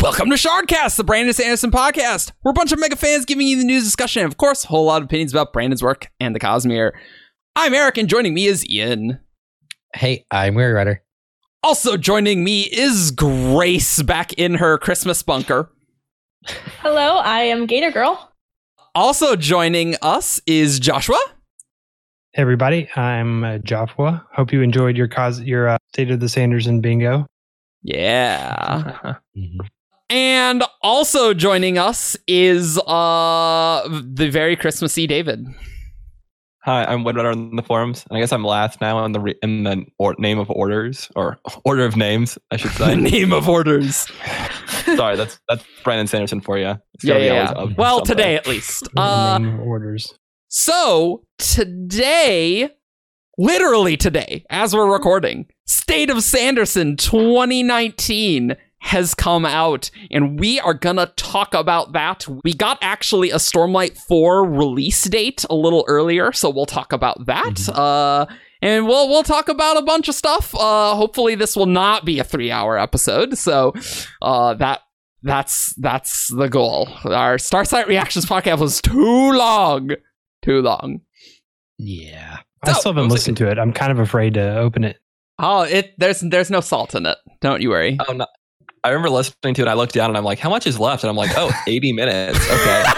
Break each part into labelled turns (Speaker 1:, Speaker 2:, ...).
Speaker 1: Welcome to Shardcast, the Brandon Sanderson podcast. We're a bunch of mega fans giving you the news discussion and, of course, a whole lot of opinions about Brandon's work and the Cosmere. I'm Eric, and joining me is Ian.
Speaker 2: Hey, I'm Weary Rider.
Speaker 1: Also joining me is Grace back in her Christmas bunker.
Speaker 3: Hello, I am Gator Girl.
Speaker 1: Also joining us is Joshua.
Speaker 4: Hey everybody, I'm uh, Joshua. Hope you enjoyed your cause your uh, state of the Sanderson bingo.
Speaker 1: Yeah. And also joining us is uh the very Christmassy David.
Speaker 5: Hi, I'm Woodrunner in the forums, and I guess I'm last now in the re- in the or- name of orders or order of names, I should say.
Speaker 1: name of orders.
Speaker 5: Sorry, that's that's Brandon Sanderson for you.
Speaker 1: Yeah, yeah, yeah. Well, today at least. Uh,
Speaker 4: Name of orders.
Speaker 1: So today, literally today, as we're recording, State of Sanderson 2019 has come out, and we are gonna talk about that. We got actually a Stormlight 4 release date a little earlier, so we'll talk about that. Uh and we'll we'll talk about a bunch of stuff. Uh hopefully this will not be a three hour episode, so uh that that's that's the goal. Our Starsight Reactions podcast was too long too long.
Speaker 2: Yeah.
Speaker 4: I still haven't listened to it. I'm kind of afraid to open it.
Speaker 1: Oh, it there's there's no salt in it. Don't you worry.
Speaker 5: Oh, no. I remember listening to it. I looked down and I'm like, "How much is left?" And I'm like, "Oh, 80 minutes." Okay.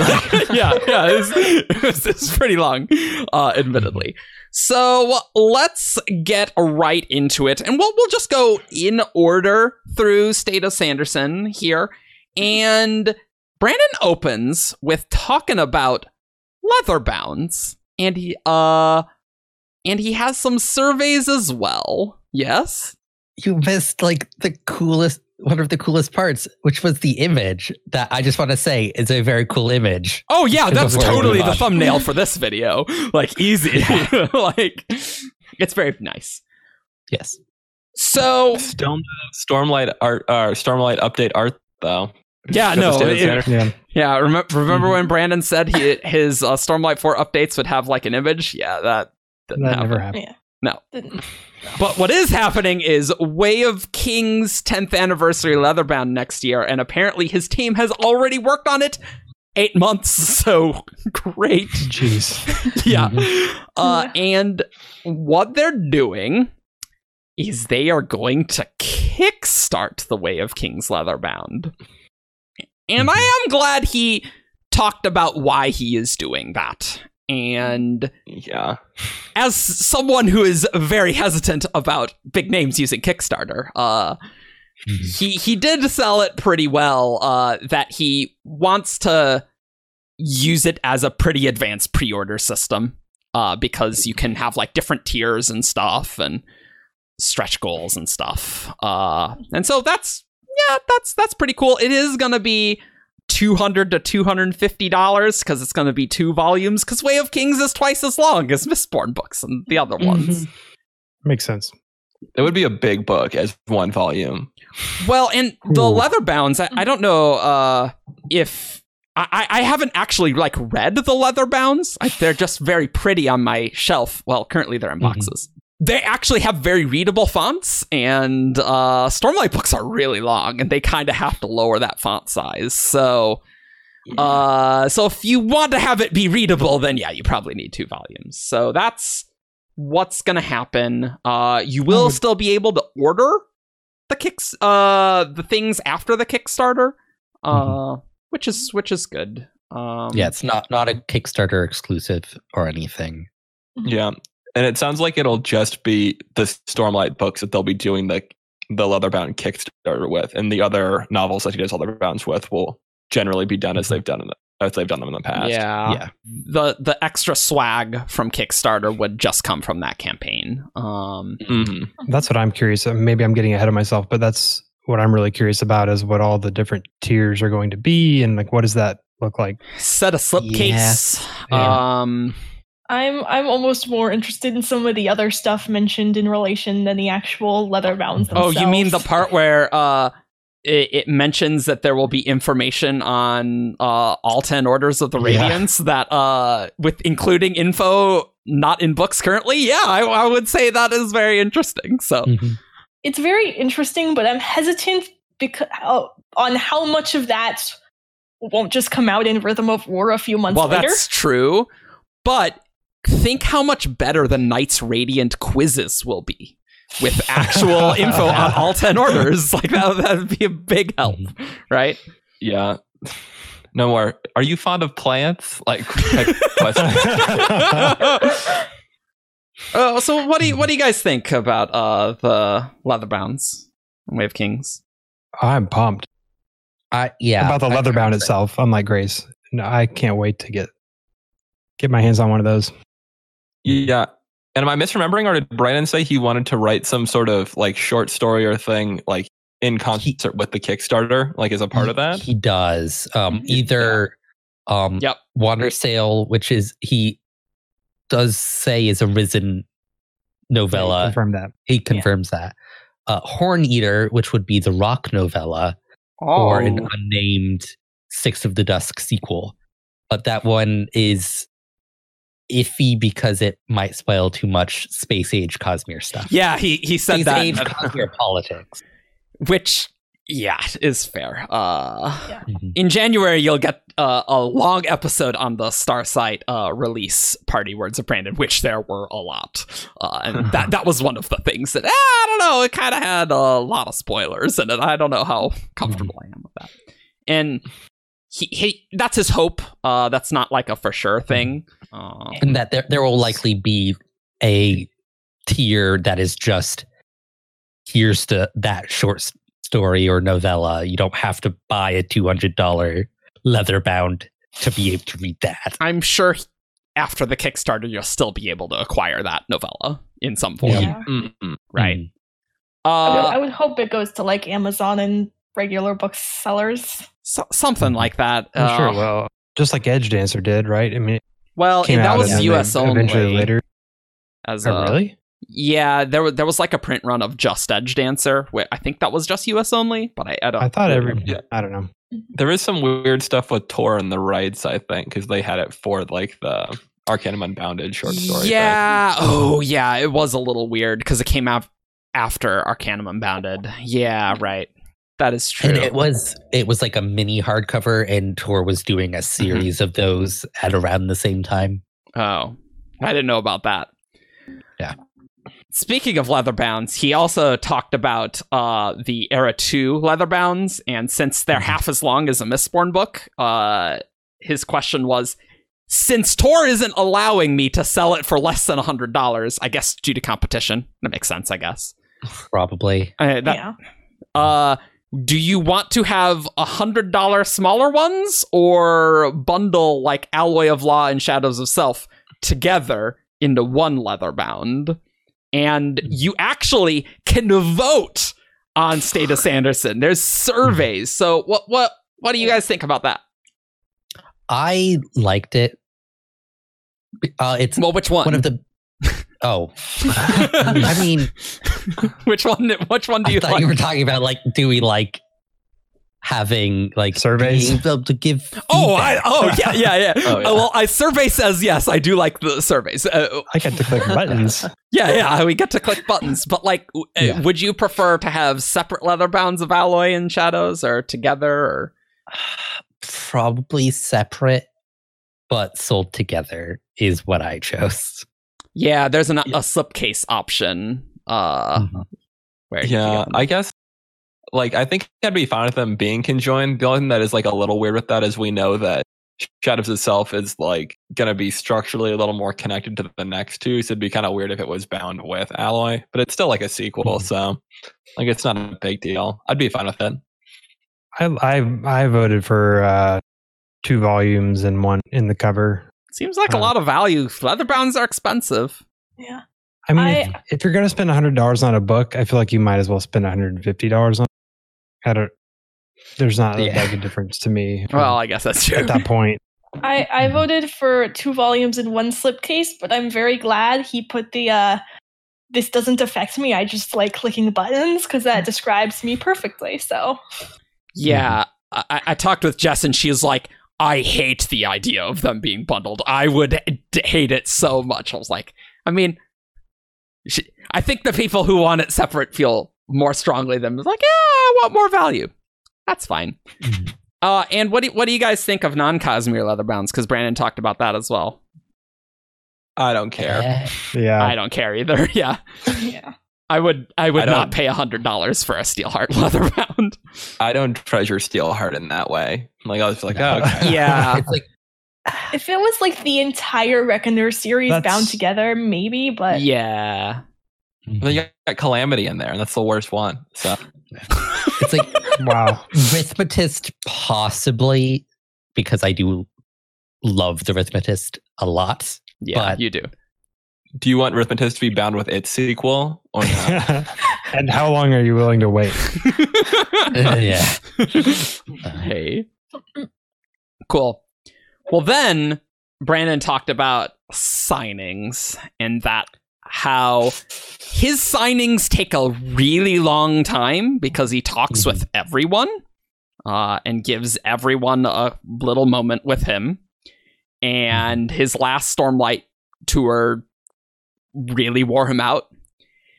Speaker 1: yeah, yeah, it's, it's, it's pretty long, uh, admittedly. So let's get right into it, and we'll we'll just go in order through State of Sanderson here, and Brandon opens with talking about leather bounds, and he uh, and he has some surveys as well. Yes.
Speaker 2: You missed like the coolest, one of the coolest parts, which was the image that I just want to say is a very cool image.
Speaker 1: Oh yeah,
Speaker 2: Because
Speaker 1: that's
Speaker 2: of where we
Speaker 1: totally the
Speaker 2: watch.
Speaker 1: thumbnail for this video. Like easy. like it's very nice.
Speaker 2: Yes.
Speaker 1: So
Speaker 5: Storm, Stormlight art, uh, Stormlight update art though.
Speaker 1: yeah,
Speaker 5: Because
Speaker 1: no,
Speaker 5: of State of
Speaker 1: it-
Speaker 5: Sanderson.
Speaker 4: Yeah.
Speaker 1: yeah. Remember, remember when Brandon said he, his uh, Stormlight Four updates would have like an image? Yeah, that didn't
Speaker 4: That
Speaker 1: happen.
Speaker 4: never happened.
Speaker 3: Didn't-
Speaker 1: But what is happening is Way of King's 10th anniversary Leatherbound next year, and apparently his team has already worked on it eight months. So great.
Speaker 4: Jeez.
Speaker 1: yeah. Uh, and what they're doing is they are going to kickstart the way of King's Leatherbound. And I am glad he talked about why he is doing that. And
Speaker 5: Yeah.
Speaker 1: as someone who is very hesitant about big names using Kickstarter, uh, he he did sell it pretty well. Uh, that he wants to use it as a pretty advanced pre-order system, uh, because you can have like different tiers and stuff and stretch goals and stuff. Uh, and so that's yeah, that's that's pretty cool. It is gonna be. 200 to 250 dollars because it's going to be two volumes because way of kings is twice as long as mistborn books and the other ones
Speaker 4: Makes sense.
Speaker 5: It would be a big book as one volume.
Speaker 1: well and the
Speaker 4: Cool.
Speaker 1: leather bounds I, I don't know uh if I, I I haven't actually like read the leather bounds I, they're just very pretty on my shelf well currently they're in
Speaker 2: Mhm.
Speaker 1: boxes they actually have very readable fonts and uh stormlight books are really long and they kind of have to lower that font size so Uh, so if you want to have it be readable, then yeah, you probably need two volumes. So that's what's gonna happen. Uh, you will
Speaker 4: would-
Speaker 1: still be able to order the kicks, uh, the things after the Kickstarter, uh, which is which is good. Um,
Speaker 2: Mm-hmm. Yeah, it's not not a Kickstarter exclusive or anything.
Speaker 5: Yeah. And it sounds like it'll just be the Stormlight books that they'll be doing the the Leatherbound Kickstarter with, and the other novels that he does Leatherbounds with will generally be done as they've done in the, as they've done them in the past.
Speaker 1: yeah,
Speaker 2: yeah.
Speaker 1: The the extra swag from Kickstarter would just come from that campaign. Um,
Speaker 5: hmm
Speaker 4: That's what I'm curious. uh, Maybe I'm getting ahead of myself, but that's what I'm really curious about is what all the different tiers are going to be and like what does that look like?
Speaker 1: set a slipcase. Um,
Speaker 3: I'm I'm almost more interested in some of the other stuff mentioned in relation than the actual leather bounds.
Speaker 1: Oh,
Speaker 3: Themselves.
Speaker 1: you mean the part where uh, it, it mentions that there will be information on uh, all ten orders of the
Speaker 2: Yeah.
Speaker 1: Radiance that, uh, with including info not in books currently. Yeah, I, I would say that is very interesting. So
Speaker 2: Mhm.
Speaker 3: It's very interesting, but I'm hesitant because oh, on how much of that won't just come out in Rhythm of War a few months
Speaker 1: well,
Speaker 3: later.
Speaker 1: that's true, but think how much better the Knights Radiant quizzes will be with actual info on all 10 orders. Like, that that would be a big help, right?
Speaker 5: Yeah. No more. Are you fond of plants? Like, like question.
Speaker 1: uh, Oh, so what do you what do you guys think about uh the Leatherbounds and Wave Kings?
Speaker 4: I'm pumped
Speaker 2: I yeah.
Speaker 4: about the
Speaker 2: I-
Speaker 4: leather bound itself. I'm like Grace. No, I can't wait to get get my hands on one of those.
Speaker 5: yeah. And am I misremembering, or did Brandon say he wanted to write some sort of like short story or thing, like in concert with the Kickstarter, like as a part
Speaker 2: he,
Speaker 5: of that?
Speaker 2: He does. Um, either um,
Speaker 1: Yep.
Speaker 2: Wander Sail, which is he does say is a risen novella.
Speaker 4: Confirm that.
Speaker 2: he confirms that. Uh, Horn Eater, which would be the rock novella, or
Speaker 1: Oh.
Speaker 2: an unnamed Six of the Dusk sequel. But that one is iffy because it might spoil too much space age Cosmere stuff.
Speaker 1: Yeah, he he said
Speaker 2: space
Speaker 1: that,
Speaker 2: age Cosmere politics.
Speaker 1: which yeah is fair. Uh,
Speaker 3: Yeah.
Speaker 2: Mhm.
Speaker 1: in January you'll get uh, a long episode on the Starsight uh, release party words of Brandon, which there were a lot, uh, and that that was one of the things that eh, I don't know. It kind of had a lot of spoilers, and I don't know how comfortable I am with that. And he, he that's his hope. Uh, that's not like a for sure thing. Uh,
Speaker 2: And that there, there will likely be a tier that is just here's to that short s- story or novella. You don't have to buy a $200 leather bound to be able to read that.
Speaker 1: I'm sure he- after the Kickstarter, you'll still be able to acquire that novella in some form,
Speaker 2: Yeah.
Speaker 5: Mm-mm.
Speaker 2: Mm.
Speaker 1: right?
Speaker 3: I would- I
Speaker 1: Uh,
Speaker 3: would hope it goes to like Amazon and regular booksellers.
Speaker 1: so- something like that.
Speaker 4: I'm
Speaker 1: Uh,
Speaker 4: sure. Well, just like Edge Dancer did, right? I mean, it
Speaker 1: well,
Speaker 4: came
Speaker 1: that
Speaker 4: out
Speaker 1: was
Speaker 4: and then
Speaker 1: U.S.
Speaker 4: they
Speaker 1: only. uh,
Speaker 4: eventually later.
Speaker 1: As
Speaker 4: Oh,
Speaker 1: a-
Speaker 4: really?
Speaker 1: Yeah, there was there was like a print run of Just Edge Dancer. Where I think that was just U.S. only, but I, I don't.
Speaker 4: I thought every.
Speaker 5: Yeah.
Speaker 4: I don't know.
Speaker 5: There is some weird stuff with Tor and the Rides, I think, because they had it for like the Arcanum Unbounded short story. thing.
Speaker 1: Yeah. Oh, yeah. It was a little weird because it came out after Arcanum Unbounded. Yeah. Right. That is true.
Speaker 2: And it was it was like a mini hardcover, and Tor was doing
Speaker 1: Mm-hmm.
Speaker 2: a series of those at around the same time.
Speaker 1: Oh, I didn't know about that.
Speaker 2: Yeah.
Speaker 1: Speaking of leather bounds, he also talked about uh, the Era 2 leather bounds, and since they're
Speaker 2: Mhm.
Speaker 1: half as long as a Mistborn book, uh, his question was since Tor isn't allowing me to sell it for less than $100, I guess due to competition. That makes sense, I guess.
Speaker 2: Probably.
Speaker 1: Uh, that-
Speaker 3: yeah.
Speaker 1: uh, do you want to have a hundred dollar smaller ones or bundle like alloy of law and shadows of self together into one leather bound and you actually can vote on Stata Sanderson. There's surveys. So what what what do you guys think about that?
Speaker 2: I liked it. Uh, it's
Speaker 1: Well, which one?
Speaker 2: one of the oh, I mean,
Speaker 1: which one which one do
Speaker 2: I
Speaker 1: you
Speaker 2: thought
Speaker 1: like?
Speaker 2: you were talking about like, do we like having like
Speaker 4: Surveys?
Speaker 2: being able to give?
Speaker 1: Oh,
Speaker 2: feedback?
Speaker 1: I, oh, yeah, yeah, yeah.
Speaker 5: Oh, yeah.
Speaker 1: Uh, well, I survey says yes. I do like the surveys. Uh,
Speaker 4: I got to click buttons.
Speaker 1: Yeah, yeah, we get to click buttons, but like, w- uh,
Speaker 2: Yeah.
Speaker 1: would you prefer to have separate leather bounds of alloy and shadows, or together, or
Speaker 2: probably separate, but sold together is what I
Speaker 1: Uh,
Speaker 2: chose.
Speaker 1: yeah? There's an, a slipcase option. Uh,
Speaker 2: Mhm.
Speaker 1: where you
Speaker 5: Yeah,
Speaker 1: can-
Speaker 5: I guess. Like, I think I'd be fine with them being conjoined. The only thing that is like a little weird with that is we know that Shadows itself is like gonna be structurally a little more connected to the next two, so it'd be kind of weird if it was bound with Alloy. But it's still like a sequel,
Speaker 2: Mhm.
Speaker 5: so like it's not a big deal. I'd be fine with it.
Speaker 4: I I I voted for uh, two volumes and one in the cover.
Speaker 1: seems like a
Speaker 4: Uh,
Speaker 1: lot of value. Leather bounds are expensive.
Speaker 3: Yeah.
Speaker 4: I mean,
Speaker 3: I-
Speaker 4: if, if you're gonna spend hundred dollars on a book, I feel like you might as well spend one hundred and fifty dollars on. I don't. There's not
Speaker 2: Yeah.
Speaker 4: that big a difference to me. from-
Speaker 1: Well, I guess that's true.
Speaker 4: at that point,
Speaker 3: I, I
Speaker 2: Mhm.
Speaker 3: voted for two volumes in one slipcase, but I'm very glad he put the uh this doesn't affect me. I just like clicking buttons because that describes me perfectly. So
Speaker 1: Yeah, I- I, I talked with Jess, and she's like, "I hate the idea of them being bundled. I would d- hate it so much." I was like, "I mean, she, I think the people who want it separate feel more strongly than like, yeah, I want more value. That's fine.
Speaker 2: Mm-hmm.
Speaker 1: Uh, and what do, what do you guys think of non Cosmere Leatherbounds? Because Brandon talked about that as well.
Speaker 5: I don't care.
Speaker 2: Yeah.
Speaker 4: Yeah.
Speaker 1: I don't care either. Yeah,
Speaker 3: yeah.
Speaker 1: I would I would
Speaker 5: I
Speaker 1: not
Speaker 5: don't-
Speaker 1: pay hundred dollars for a Steelheart Leatherbound.
Speaker 5: I don't treasure Steelheart in that way. Like I was like,
Speaker 2: No.
Speaker 5: oh, okay.
Speaker 1: Yeah.
Speaker 2: It's like
Speaker 3: If it was like the entire Reckoner series
Speaker 4: That's-
Speaker 3: bound together, maybe, but
Speaker 1: yeah,
Speaker 5: And then you got Calamity in there, and that's the worst one. So
Speaker 2: it's like
Speaker 4: Wow.
Speaker 2: Rhythmatist possibly because I do love the Rhythmatist a lot.
Speaker 1: yeah,
Speaker 2: But-
Speaker 1: you do.
Speaker 5: do you want Rhythmatist to be bound with its sequel or not?
Speaker 4: and how long are you willing to wait?
Speaker 2: yeah.
Speaker 1: hey. Cool. Well, then Brandon talked about signings and that how his signings take a really long time because he talks with everyone uh, and gives everyone a little moment with him. And his last Stormlight tour really wore him out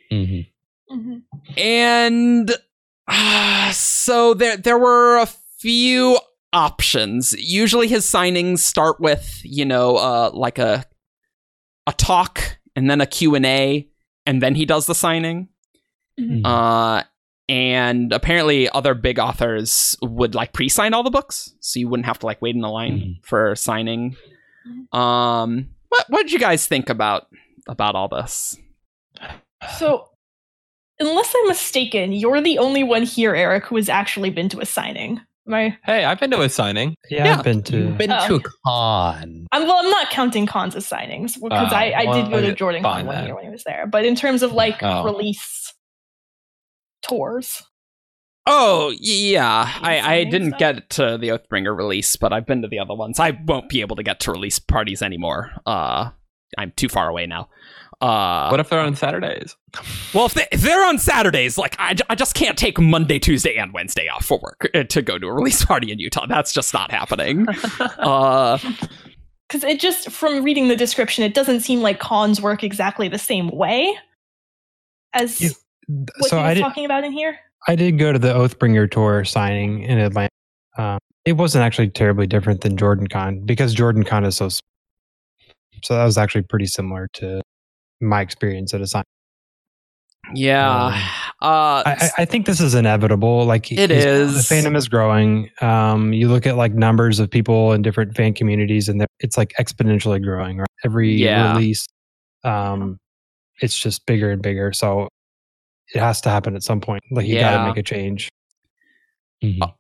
Speaker 2: Mhm.
Speaker 3: Mhm.
Speaker 1: and uh, so there there were a few options. Usually, his signings start with you know uh, like a a talk and then a Q and A, and then he does the signing.
Speaker 2: Mhm.
Speaker 3: Mm-hmm.
Speaker 1: Uh, and apparently, other big authors would like pre-sign all the books, so you wouldn't have to like wait in the line
Speaker 2: Mhm.
Speaker 1: for signing. Um, what what did you guys think about about all this?
Speaker 3: so unless I'm mistaken, you're the only one here, Eric, who has actually been to a signing. Am I
Speaker 5: Hey, I've been to a signing.
Speaker 4: Yeah,
Speaker 1: Yeah.
Speaker 4: I've been to.
Speaker 2: You've been
Speaker 3: Oh.
Speaker 2: to a con.
Speaker 3: I'm well. I'm not counting cons as signings because
Speaker 5: Ah,
Speaker 3: I, I did
Speaker 5: well,
Speaker 3: go to
Speaker 5: okay,
Speaker 3: Jordan Con
Speaker 5: fine
Speaker 3: one
Speaker 5: then.
Speaker 3: year when he was there. But in terms of like
Speaker 5: Oh.
Speaker 3: release tours,
Speaker 1: Oh y- yeah, I, I
Speaker 3: signing
Speaker 1: didn't
Speaker 3: stuff?
Speaker 1: get to the Oathbringer release, but I've been to the other ones. I won't be able to get to release parties anymore. Uh, I'm too far away now. Uh,
Speaker 5: What if they're on Saturdays?
Speaker 1: well, if, they, if they're on Saturdays, like I, j- I just can't take Monday, Tuesday, and Wednesday off for work uh, to go to a release party in Utah. That's just not happening. uh,
Speaker 3: because it just from reading the description, it doesn't seem like cons work exactly the same way as
Speaker 4: Yeah,
Speaker 3: what
Speaker 4: so
Speaker 3: he
Speaker 4: I
Speaker 3: was
Speaker 4: did.
Speaker 3: talking about in here.
Speaker 4: I did go to the Oathbringer tour signing in Atlanta. Um, it wasn't actually terribly different than Jordan Con because Jordan Con is so. s- So that was actually pretty similar to my experience at a sign.
Speaker 1: yeah. Uh,
Speaker 4: I, I- I think this is inevitable. Like
Speaker 1: It
Speaker 4: he's-
Speaker 1: is.
Speaker 4: the fandom is growing. Um, you look at like numbers of people in different fan communities, and they're- it's like exponentially growing. Right, every
Speaker 1: Yeah.
Speaker 4: release, um, it's just bigger and bigger. So it has to happen at some point. Like you got
Speaker 1: Yeah.
Speaker 4: to make a change.
Speaker 2: Mhm.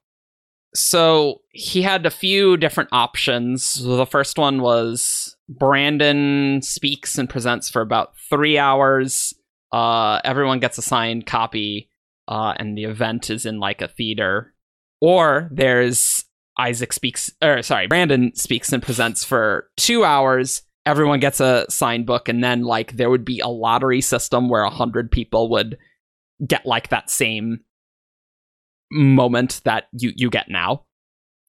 Speaker 1: so he had a few different options. The first one was Brandon speaks and presents for about three hours. Uh, everyone gets a signed copy, uh, and the event is in like a theater. Or there's Isaac speaks, or sorry, Brandon speaks and presents for two hours. Everyone gets a signed book, and then like there would be a lottery system where a hundred people would get like that same moment that you you get now.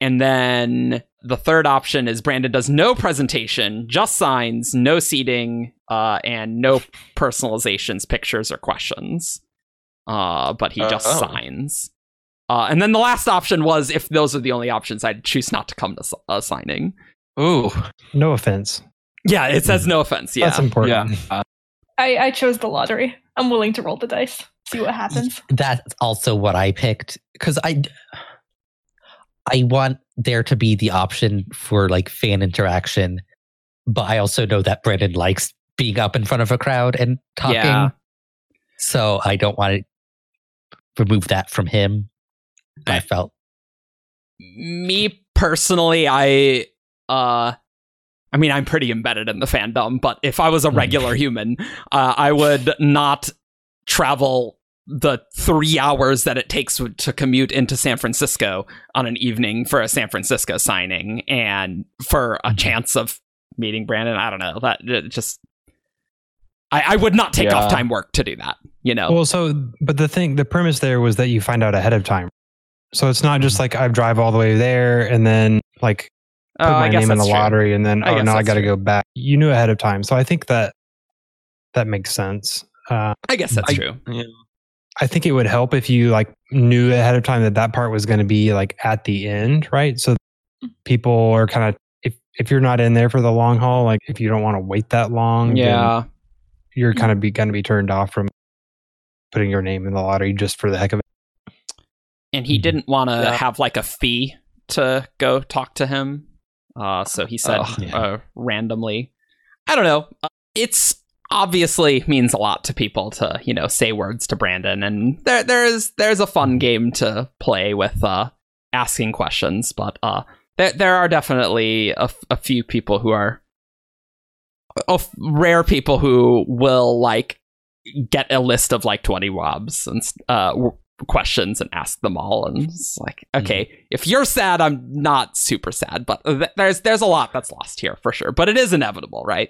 Speaker 1: And then the third option is Brandon does no presentation, just signs, no seating, uh, and no personalizations, pictures, or questions. Uh, but he just
Speaker 5: Oh.
Speaker 1: signs. Uh, and then the last option was if those are the only options, I'd choose not to come to s- a signing.
Speaker 5: Ooh,
Speaker 4: No offense.
Speaker 1: Yeah, it says no offense. Yeah.
Speaker 4: That's important.
Speaker 5: yeah. Uh,
Speaker 3: I, I chose the lottery. I'm willing to roll the dice, see what happens.
Speaker 2: That's also what I picked because I I want there to be the option for like fan interaction, but I also know that Brandon likes being up in front of a crowd and talking,
Speaker 1: Yeah.
Speaker 2: so I don't want to remove that from him. I felt
Speaker 1: me personally i uh i mean i'm pretty embedded in the fandom but if i was a
Speaker 4: Hmm.
Speaker 2: Mm.
Speaker 1: regular human uh, i would not travel the three hours that it takes w- to commute into san francisco on an evening for a san francisco signing and for
Speaker 4: Hmm.
Speaker 1: a chance of meeting brandon i don't know that it just i, I would not take
Speaker 5: Yeah.
Speaker 1: off time work to do that you know
Speaker 4: Well, so but the thing, the premise there was that you find out ahead of time. So it's not
Speaker 1: Mm-hmm.
Speaker 4: just like I drive all the way there and then like put
Speaker 1: Oh,
Speaker 4: my
Speaker 1: I guess
Speaker 4: name in the
Speaker 1: that's true.
Speaker 4: lottery and then
Speaker 1: I
Speaker 4: oh
Speaker 1: guess
Speaker 4: no, I
Speaker 1: that's
Speaker 4: got to
Speaker 1: true.
Speaker 4: go back. You knew ahead of time, so I think that that makes sense. Uh,
Speaker 1: i guess that's
Speaker 5: I-
Speaker 1: true
Speaker 4: I think it would help if you like knew ahead of time that that part was going to be like at the end, right? So people are kind of if if you're not in there for the long haul, like if you don't want to wait that long, then
Speaker 1: Yeah.
Speaker 4: you're kind of be going to be turned off from putting your name in the lottery just for the heck of it.
Speaker 1: And he didn't want to
Speaker 5: Yeah.
Speaker 1: have like a fee to go talk to him. Uh, so he said
Speaker 5: Ugh.
Speaker 1: uh, randomly. I don't know. Uh, It's obviously means a lot to people to you know say words to Brandon, and there there's there's a fun game to play with uh, asking questions, but uh, there there are definitely a, f- a few people who are a f- rare people who will like get a list of like twenty wobs and s- uh, w- questions and ask them all, and it's like okay,
Speaker 5: Mm-hmm.
Speaker 1: if you're sad, I'm not super sad, but th- there's there's a lot that's lost here for sure, but it is inevitable, right?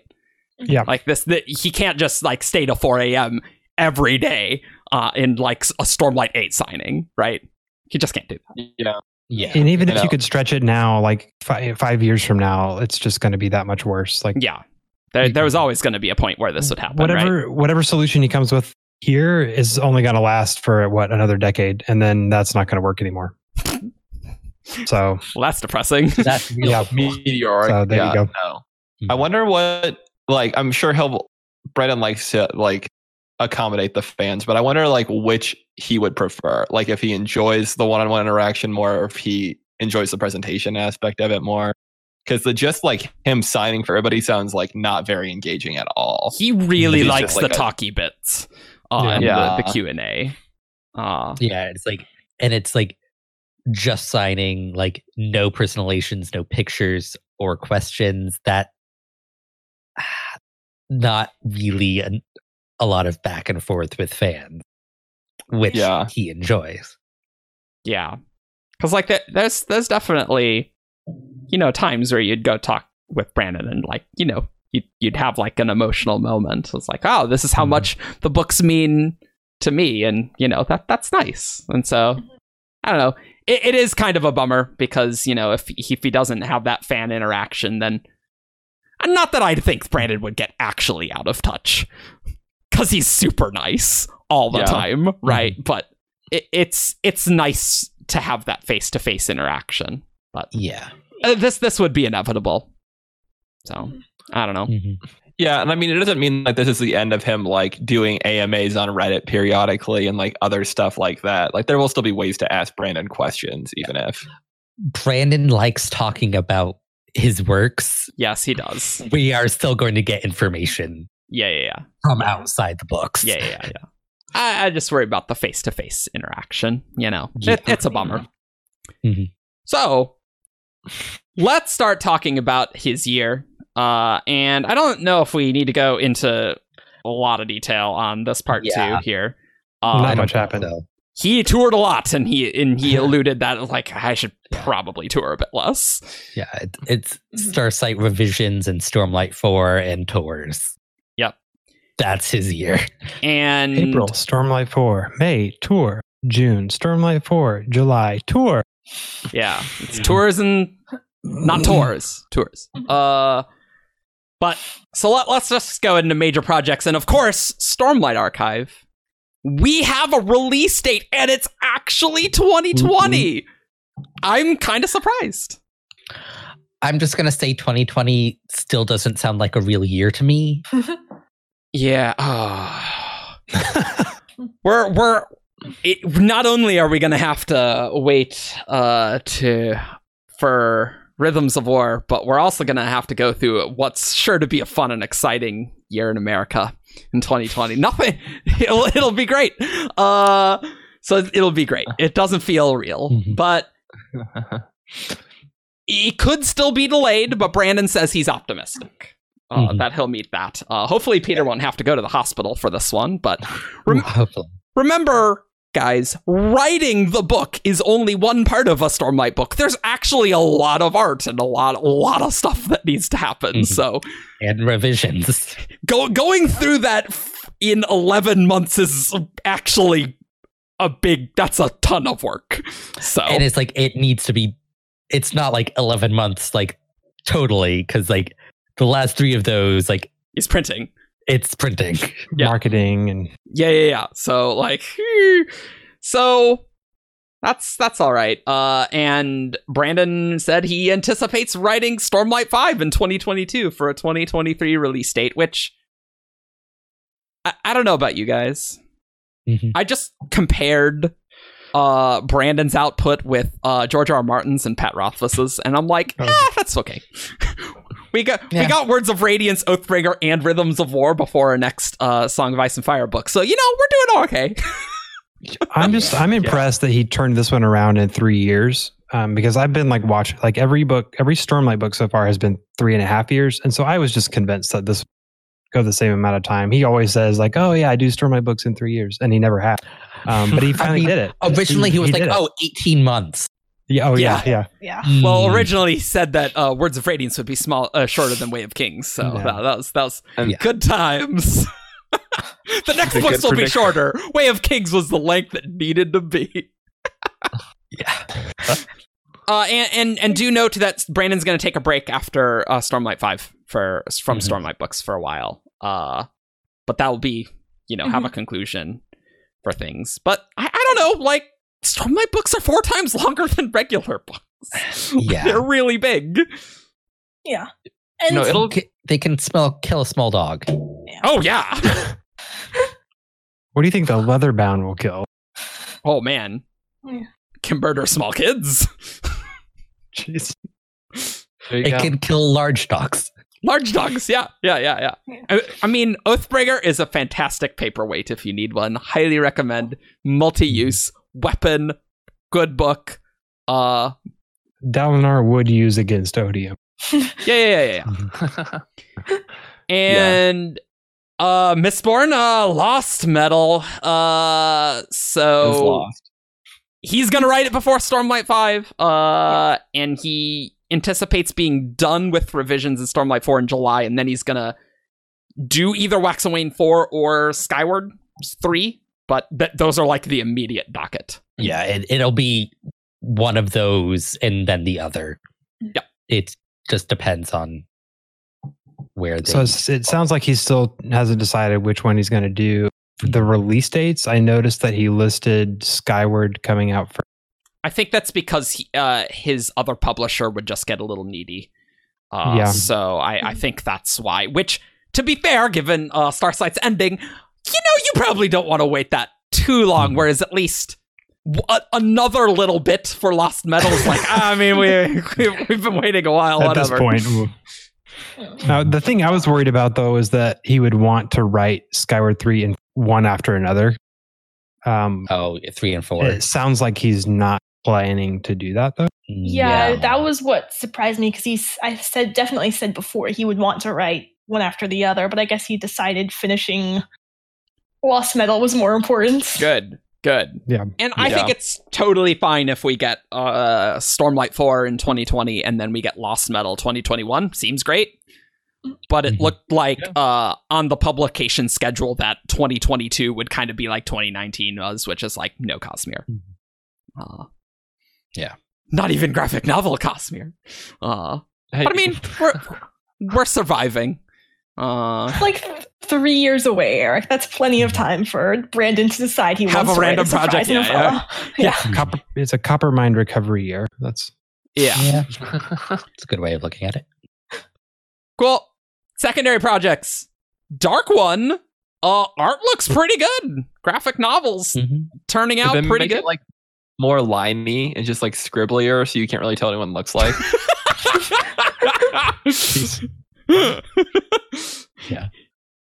Speaker 5: Mm-hmm.
Speaker 4: Yeah.
Speaker 1: like this that he can't just like stay till 4 a.m every day uh in like s- a stormlight 8 signing right he just can't do that
Speaker 5: Yeah.
Speaker 2: Yeah.
Speaker 4: And even if
Speaker 5: Yeah.
Speaker 4: you could stretch it now, like five, five years from now, it's just going to be that much worse. Like
Speaker 1: yeah there,
Speaker 5: Mm-hmm.
Speaker 1: there was always going to be a point where this would happen right?
Speaker 4: whatever whatever solution he comes with here is only going to last for what another decade, and then that's not going to work anymore. So
Speaker 1: well that's depressing
Speaker 2: That's real.
Speaker 4: yeah, Mm.
Speaker 5: Meteoric.
Speaker 4: So there you
Speaker 5: yeah,
Speaker 4: go.
Speaker 5: No. I wonder what like I'm sure he'll Brendan likes to like accommodate the fans, but I wonder like which he would prefer. Like if he enjoys the one-on-one interaction more, or if he enjoys the presentation aspect of it more. Because the just like him signing for everybody sounds like not very engaging at all.
Speaker 1: he really
Speaker 5: He's just
Speaker 1: likes
Speaker 5: like
Speaker 1: the
Speaker 5: a-
Speaker 1: talky bits uh, and
Speaker 5: Yeah.
Speaker 1: The, the q&a uh,
Speaker 2: Yeah, it's like, and it's like just signing, like no personalations, no pictures or questions. That ah, not really an, a lot of back and forth with fans, which
Speaker 5: Yeah.
Speaker 2: he enjoys.
Speaker 1: yeah because like there, there's there's definitely you know times where you'd go talk with brandon and like you know you'd, you'd have like an emotional moment it's like oh this is how
Speaker 2: Mhm.
Speaker 1: much the books mean to me and you know that that's nice and so i don't know it, it is kind of a bummer because you know if he- if he doesn't have that fan interaction then and not that i think brandon would get actually out of touch because he's super nice all the
Speaker 5: Yeah.
Speaker 1: time right but it, it's it's nice to have that face to face interaction.
Speaker 2: Yeah.
Speaker 1: Uh, this this would be inevitable. So
Speaker 4: Mm.
Speaker 1: I don't know.
Speaker 2: Mhm.
Speaker 5: Yeah, and I mean, it doesn't mean like this is the end of him like doing AMAs on Reddit periodically and like other stuff like that. Like there will still be ways to ask Brandon questions, even if
Speaker 2: Brandon likes talking about his works.
Speaker 1: Yes, he does.
Speaker 2: We are still going to get information
Speaker 1: Yeah, yeah, yeah,
Speaker 2: from outside the books.
Speaker 1: yeah, yeah, yeah. yeah. I, I just worry about the face to face interaction. You know, it,
Speaker 2: Yeah.
Speaker 1: it's a bummer.
Speaker 4: Mm-hmm.
Speaker 2: Mhm.
Speaker 1: So let's start talking about his year. Uh, and I don't know if we need to go into a lot of detail on this part
Speaker 2: Yeah.
Speaker 1: two here. Um,
Speaker 4: Not
Speaker 2: I don't
Speaker 4: much
Speaker 2: know,
Speaker 4: happened.
Speaker 2: though.
Speaker 1: he toured a lot and he and he alluded that like I should probably tour a bit less.
Speaker 2: Yeah, it, it's Starsight revisions and Stormlight Four and tours.
Speaker 1: Yep.
Speaker 2: that's his year.
Speaker 1: And
Speaker 4: April Stormlight Four, May Tour, June Stormlight Four, July Tour.
Speaker 1: Yeah. It's tours and not tours. Tours. Uh but so let, let's just go into major projects and of course Stormlight Archive. We have a release date and it's actually 2020. Mm-hmm. I'm kind of surprised.
Speaker 2: I'm just gonna say 2020 still doesn't sound like a real year to me.
Speaker 1: Yeah. ah. we're we're it, not only are we going to have to wait uh to for Rhythms of War, but we're also going to have to go through what's sure to be a fun and exciting year in America in 2020. Nothing it'll, it'll be great. Uh so it'll be great. It doesn't feel real,
Speaker 2: Mhm.
Speaker 1: but it could still be delayed, but Brandon says he's optimistic uh,
Speaker 2: Mhm.
Speaker 1: that he'll meet that. Uh, hopefully, Peter won't have to go to the hospital for this one. But Rem-
Speaker 2: Hopefully,
Speaker 1: remember, guys, writing the book is only one part of a Stormlight book. There's actually a lot of art and a lot, a lot of stuff that needs to happen.
Speaker 2: Mhm.
Speaker 1: So
Speaker 2: and revisions.
Speaker 1: go- going through that f- in 11 months is actually a big. That's a ton of work. So
Speaker 2: And it's like it needs to be. It's not like 11 months, like totally, because like the last three of those, like
Speaker 1: he's printing.
Speaker 2: it's printing.
Speaker 1: Yeah.
Speaker 4: marketing and
Speaker 1: Yeah, yeah, yeah. So like so that's that's all right. Uh and Brandon said he anticipates writing Stormlight 5 in 2022 for a 2023 release date, which I, I don't know about you guys.
Speaker 2: Mhm.
Speaker 1: I just compared uh Brandon's output with uh George R. R. Martin's and Pat Rothfuss's, and I'm like,
Speaker 4: Oh.
Speaker 1: eh, that's okay. we got we
Speaker 2: Yeah.
Speaker 1: got Words of Radiance, Oathbringer, and Rhythms of War before our next uh Song of Ice and Fire book. So you know we're doing okay.
Speaker 4: I'm just I'm impressed that he turned this one around in three years. Um, because I've been like watching like every book, every Stormlight book so far has been three and a half years, and so I was just convinced that this would go the same amount of time. He always says like, "Oh yeah, I do Stormlight books in three years," and he never had. Um, but he finally
Speaker 2: mean,
Speaker 4: did it.
Speaker 2: Originally, he was like,
Speaker 4: did it.
Speaker 2: oh, 18 months.
Speaker 4: yeah, oh yeah, yeah."
Speaker 3: Yeah.
Speaker 1: well,
Speaker 2: Mm.
Speaker 1: originally he said that uh Words of Radiance would be small uh, shorter than Way of Kings. So
Speaker 4: Yeah.
Speaker 1: that, that was that was
Speaker 5: And-
Speaker 2: Yeah.
Speaker 1: good times. the next
Speaker 5: a good
Speaker 1: books will be
Speaker 5: prediction.
Speaker 1: shorter. Way of Kings was the length it needed to be.
Speaker 2: Yeah.
Speaker 1: Uh, and, and and do note that Brandon's going to take a break after uh, Stormlight Five for from
Speaker 2: Mhm.
Speaker 1: Stormlight books for a while. Uh, but that will be you know
Speaker 2: Mm-hmm.
Speaker 1: have a conclusion for things. But I, I don't know, like Stormlight books are four times longer than regular books.
Speaker 2: Yeah.
Speaker 1: They're really big.
Speaker 3: Yeah. And
Speaker 5: No, it'll-
Speaker 2: Ca- They can smell kill a small dog.
Speaker 1: Oh yeah.
Speaker 4: What do you think the leatherbound will kill?
Speaker 1: oh man.
Speaker 3: Yeah.
Speaker 1: Can murder small kids.
Speaker 4: Jeez.
Speaker 5: There you
Speaker 2: It
Speaker 5: go.
Speaker 2: can kill large dogs.
Speaker 1: Large dogs, yeah, yeah, yeah, yeah.
Speaker 3: Yeah.
Speaker 1: I, I mean, Oathbringer is a fantastic paperweight if you need one. Highly recommend. Multi-use weapon, good book. Uh,
Speaker 4: Dalinar would use against Odium.
Speaker 1: yeah, yeah, yeah, yeah. yeah. And uh, Mistborn, uh, lost metal. Uh,
Speaker 5: It's
Speaker 1: so
Speaker 5: lost.
Speaker 1: he's gonna write it before Stormlight Five. Uh, and he anticipates being done with revisions in Stormlight Four in July, and then he's gonna do either Wax and Wane Four or Skyward Three. But th- those are like the immediate docket.
Speaker 2: Yeah, it, it'll be one of those and then the other.
Speaker 1: Yeah.
Speaker 2: It just depends on where they
Speaker 4: So it's, it sounds like he still hasn't decided which one he's going to do. For the release dates, I noticed that he listed Skyward coming out first.
Speaker 1: I think that's because he, uh, his other publisher would just get a little needy. Uh,
Speaker 4: Yeah.
Speaker 1: So I, I think that's why. Which, to be fair, given uh, Starsight's ending, you know, you probably don't want to wait that too long.
Speaker 4: Mm-hmm.
Speaker 2: Mhm.
Speaker 1: Whereas at least w- a- another little bit for Lost Metals, like "Ah, I mean, we, we we've been waiting a while.
Speaker 4: at
Speaker 1: whatever.
Speaker 4: this point.
Speaker 3: hmm.
Speaker 4: Now, the thing I was worried about though is that he would want to write Skyward Three in one after another. Um,
Speaker 2: Oh, three and four.
Speaker 4: it sounds like he's not planning to do that though.
Speaker 2: Mm,
Speaker 3: yeah, that was what surprised me because he's. I said definitely said before he would want to write one after the other, but I guess he decided finishing Lost Metal was more important.
Speaker 1: Good, good.
Speaker 4: Yeah.
Speaker 1: And I
Speaker 5: Yeah.
Speaker 1: think it's totally fine if we get uh, Stormlight 4 in 2020 and then we get Lost Metal 2021. Seems great. But it
Speaker 2: Mhm.
Speaker 1: looked like
Speaker 5: Yeah.
Speaker 1: uh, on the publication schedule that 2022 would kind of be like 2019 was, which is like no Cosmere.
Speaker 2: Mhm.
Speaker 1: Uh,
Speaker 2: Yeah.
Speaker 1: Not even graphic novel Cosmere. Uh,
Speaker 5: Hey,
Speaker 1: but I mean, we're, we're surviving. Uh,
Speaker 3: Like th- three years away, Eric. That's plenty of time for Brandon to decide he
Speaker 1: Have
Speaker 3: wants
Speaker 1: a
Speaker 3: to write
Speaker 1: random
Speaker 3: surprise
Speaker 1: project, yeah,
Speaker 3: novella.
Speaker 2: Hmm.
Speaker 4: Copper, it's a copper mind recovery year. That's
Speaker 1: yeah.
Speaker 2: Yeah. It's a good way of looking at it.
Speaker 1: Cool. Secondary projects. Dark One. Uh, art looks pretty good. Graphic novels
Speaker 2: Mhm.
Speaker 1: turning
Speaker 5: but
Speaker 1: out
Speaker 5: then
Speaker 1: pretty
Speaker 5: make it,
Speaker 1: good.
Speaker 5: like more liney and just like scribblier, so you can't really tell what anyone looks like.
Speaker 2: Yeah.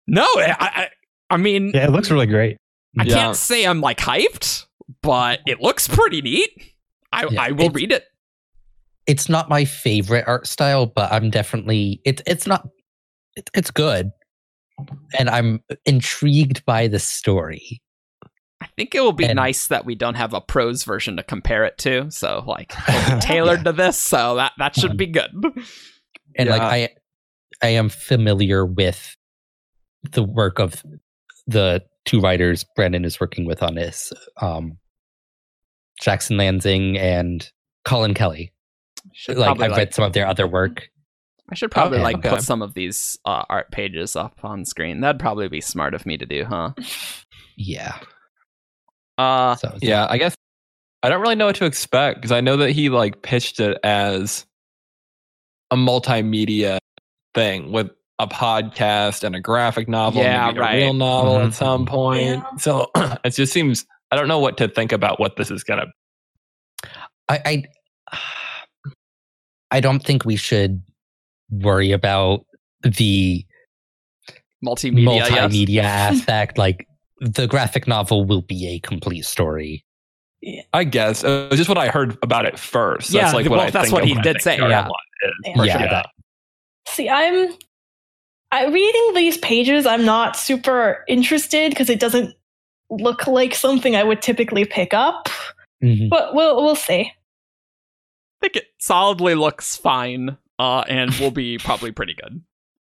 Speaker 1: No, I, I, I mean,
Speaker 4: yeah, it looks really great.
Speaker 1: I
Speaker 5: Yeah.
Speaker 1: can't say I'm like hyped, but it looks pretty neat. I,
Speaker 2: Yeah,
Speaker 1: I will
Speaker 2: it's-
Speaker 1: read it.
Speaker 2: It's not my favorite art style, but I'm definitely it's it's not it, it's good, and I'm intrigued by the story.
Speaker 1: I think it will be
Speaker 2: And-
Speaker 1: nice that we don't have a prose version to compare it to. So, like, it'll be tailored to this, so that that should be good.
Speaker 2: and like
Speaker 5: Yeah.
Speaker 2: i i am familiar with the work of the two writers brandon is working with on this um jackson lansing and colin kelly
Speaker 1: Should
Speaker 2: like
Speaker 1: probably, Mm-hmm.
Speaker 2: i've read some of their other work
Speaker 1: I should probably
Speaker 2: Okay,
Speaker 1: like
Speaker 5: okay.
Speaker 1: put some of these uh, art pages up on screen. That'd probably be smart of me to do, huh?
Speaker 2: Yeah.
Speaker 1: Uh,
Speaker 2: So it's-
Speaker 5: Yeah, I guess I don't really know what to expect because I know that he like pitched it as a multimedia thing with a podcast and a graphic novel,
Speaker 1: Yeah,
Speaker 5: maybe
Speaker 1: right. Mm-hmm,
Speaker 5: a real novel
Speaker 2: Mhm.
Speaker 5: at some point.
Speaker 3: Yeah.
Speaker 5: So it just seems I don't know what to think about what this is gonna.
Speaker 2: I, I I don't think we should worry about the
Speaker 1: multimedia. Yes.
Speaker 2: multimedia aspect. Like the graphic novel will be a complete story.
Speaker 5: I guess it was just what I heard about it first.
Speaker 1: Yeah,
Speaker 5: that's like what
Speaker 1: well,
Speaker 5: I
Speaker 1: that's
Speaker 5: think
Speaker 1: what
Speaker 5: of
Speaker 1: he
Speaker 5: when I
Speaker 1: did
Speaker 5: think
Speaker 1: say,
Speaker 5: Doran
Speaker 1: yeah.
Speaker 5: Watt is,
Speaker 3: Yeah.
Speaker 5: for
Speaker 2: Yeah,
Speaker 5: sure.
Speaker 2: that-
Speaker 3: See, I'm I reading these pages, I'm not super interested because it doesn't look like something I would typically pick up.
Speaker 2: Mm-hmm.
Speaker 3: But we'll we'll see.
Speaker 1: I think it solidly looks fine, uh, and will be probably pretty good.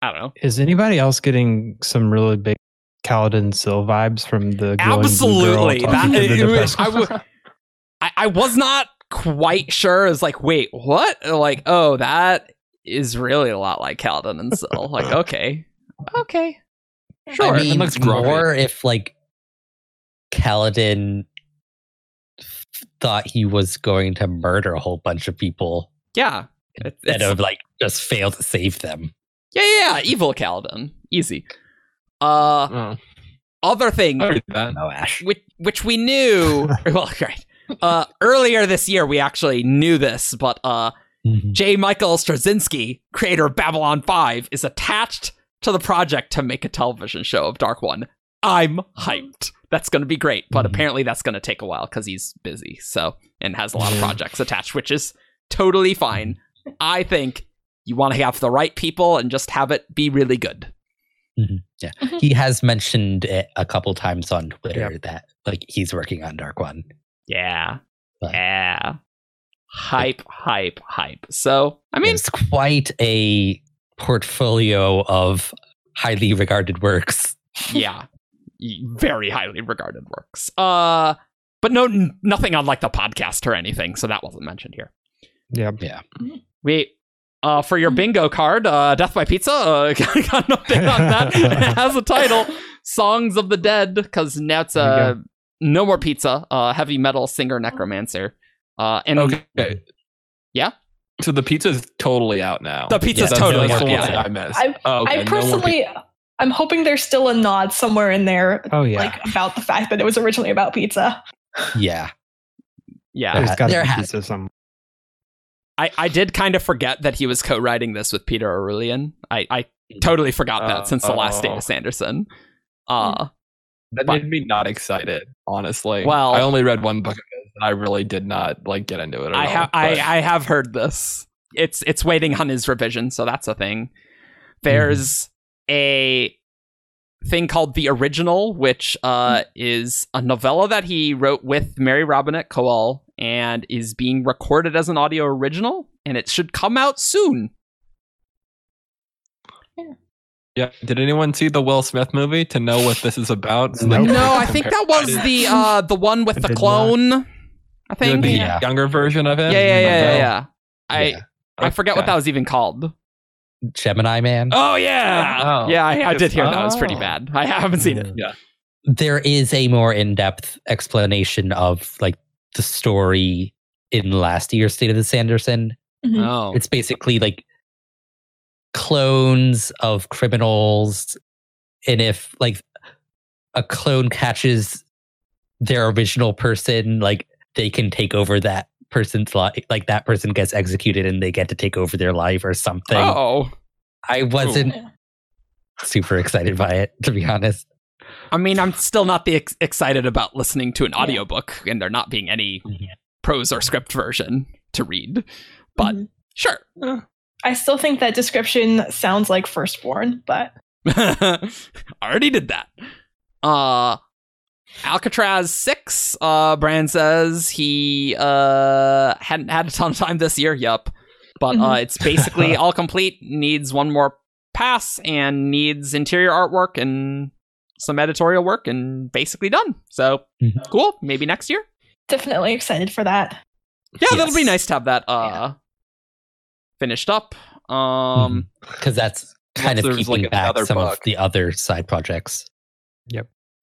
Speaker 1: I don't know.
Speaker 4: Is anybody else getting some really big Kaladin Sil vibes from the glowing
Speaker 1: Absolutely.
Speaker 4: Blue girl talking
Speaker 1: That-
Speaker 4: to the
Speaker 1: it was-
Speaker 4: depressed-
Speaker 1: I w- I, I was not quite sure. I was like, wait, what? Like, oh, that is really a lot like Kaladin and Syl. like, okay. Okay. Sure.
Speaker 2: I mean,
Speaker 5: it looks grumpy.
Speaker 2: more if like Kaladin f- thought he was going to murder a whole bunch of people
Speaker 1: yeah. It-
Speaker 2: and
Speaker 1: it's-
Speaker 2: have like just failed to save them.
Speaker 1: yeah, yeah, yeah. Evil Kaladin. Easy. Uh,
Speaker 5: Oh,
Speaker 1: other thing,
Speaker 5: I already did that.
Speaker 2: No, Ash.
Speaker 1: which, which we knew, well, right. Uh, earlier this year, we actually knew this, but, uh,
Speaker 2: Mm-hmm.
Speaker 1: J. Michael Straczynski, creator of Babylon 5, is attached to the project to make a television show of Dark One. I'm hyped. That's going to be great, but
Speaker 2: Mhm.
Speaker 1: apparently that's going to take a while because he's busy. So, and has a lot of
Speaker 4: Yeah.
Speaker 1: projects attached, which is totally fine. I think you want to have the right people and just have it be really good.
Speaker 2: He has mentioned it a couple times on Twitter
Speaker 4: Yep.
Speaker 2: that like he's working on Dark One.
Speaker 1: Yeah.
Speaker 2: Right.
Speaker 1: Yeah. Hype, hype, hype. So, I mean,
Speaker 2: There's quite a portfolio of highly regarded works.
Speaker 1: yeah Y- very highly regarded works uh but no n- nothing on like the podcast or anything so that wasn't mentioned here
Speaker 4: Yep.
Speaker 1: we uh for your bingo card uh death by pizza uh got an update on that it has a title songs of the dead because now it's
Speaker 4: There you
Speaker 1: uh no more pizza uh heavy metal singer necromancer uh and
Speaker 5: Okay.
Speaker 1: Yeah?
Speaker 5: So the pizza's totally out now.
Speaker 1: the pizza's
Speaker 2: Yeah,
Speaker 5: That's
Speaker 1: totally
Speaker 5: the
Speaker 1: out,
Speaker 5: only
Speaker 1: yeah.
Speaker 5: one that I missed.
Speaker 3: I-
Speaker 5: Oh, okay,
Speaker 3: I
Speaker 5: no more
Speaker 3: personally I'm hoping there's still a nod somewhere in there
Speaker 4: Oh yeah.
Speaker 3: like about the fact that it was originally about pizza.
Speaker 2: Yeah.
Speaker 1: yeah
Speaker 4: There's got
Speaker 2: There
Speaker 4: to be
Speaker 2: has-
Speaker 4: pizza somewhere.
Speaker 1: I, I did kind of forget that he was co-writing this with Peter Aurelian. I, I totally forgot that since the last
Speaker 5: Oh.
Speaker 1: David Sanderson. Uh,
Speaker 5: That
Speaker 1: But-
Speaker 5: made me not excited, honestly.
Speaker 1: Well-
Speaker 5: I only read one book of his, and I really did not like get into it. At
Speaker 1: I
Speaker 5: all,
Speaker 1: have I,
Speaker 5: but-
Speaker 1: I have heard this. It's it's waiting on his revision, so that's a thing. There's a thing called the original, which uh, is a novella that he wrote with Mary Robinette Kowal and is being recorded as an audio original, and it should come out soon.
Speaker 5: yeah. Did anyone see the Will Smith movie to know what this is about?
Speaker 4: Nope.
Speaker 5: they can
Speaker 1: No, I think
Speaker 5: compare-
Speaker 1: that was
Speaker 5: I
Speaker 1: the uh, the one with
Speaker 4: I
Speaker 1: the
Speaker 4: did not.
Speaker 1: clone. I
Speaker 5: didn't-
Speaker 1: think.
Speaker 5: the
Speaker 1: Yeah,
Speaker 2: Yeah.
Speaker 5: younger version of it.
Speaker 1: yeah, yeah, yeah,
Speaker 5: No.
Speaker 1: yeah. I
Speaker 2: Yeah.
Speaker 1: I forget what
Speaker 5: Okay.
Speaker 1: that was even called.
Speaker 2: Gemini Man.
Speaker 1: Oh yeah,
Speaker 5: Oh.
Speaker 1: yeah. I, I did hear that. It was pretty
Speaker 5: Oh.
Speaker 1: bad. I haven't seen it.
Speaker 2: there is a more in-depth explanation of like the story in last year's State of the Sanderson.
Speaker 3: Mhm.
Speaker 1: Oh,
Speaker 2: It's basically like clones of criminals, and if like a clone catches their original person, like they can take over that person's life. Like that person gets executed, and they get to take over their life or something.
Speaker 1: oh.
Speaker 2: I wasn't
Speaker 3: Yeah.
Speaker 2: super excited by it, to be honest.
Speaker 1: I mean, I'm still not the ex- excited about listening to an audiobook and there not being any
Speaker 2: Mhm.
Speaker 1: prose or script version to read. But
Speaker 3: Mhm.
Speaker 1: sure.
Speaker 3: I still think that description sounds like firstborn, but
Speaker 1: Already did that. Uh Alcatraz 6, uh Brand says he uh hadn't had a ton of time this year, yup. But uh
Speaker 3: Mhm.
Speaker 1: it's basically all complete, needs one more pass and needs interior artwork and some editorial work and basically done. So
Speaker 2: Mhm.
Speaker 1: cool, maybe next year.
Speaker 3: definitely excited for that.
Speaker 1: Yeah, that'll be
Speaker 2: Yes.
Speaker 1: nice to have that uh finished up. Um,
Speaker 2: Mm-hmm. because that's kind of
Speaker 5: There's,
Speaker 2: keeping
Speaker 5: like,
Speaker 2: back
Speaker 5: another
Speaker 2: some of
Speaker 5: book.
Speaker 2: the other side projects.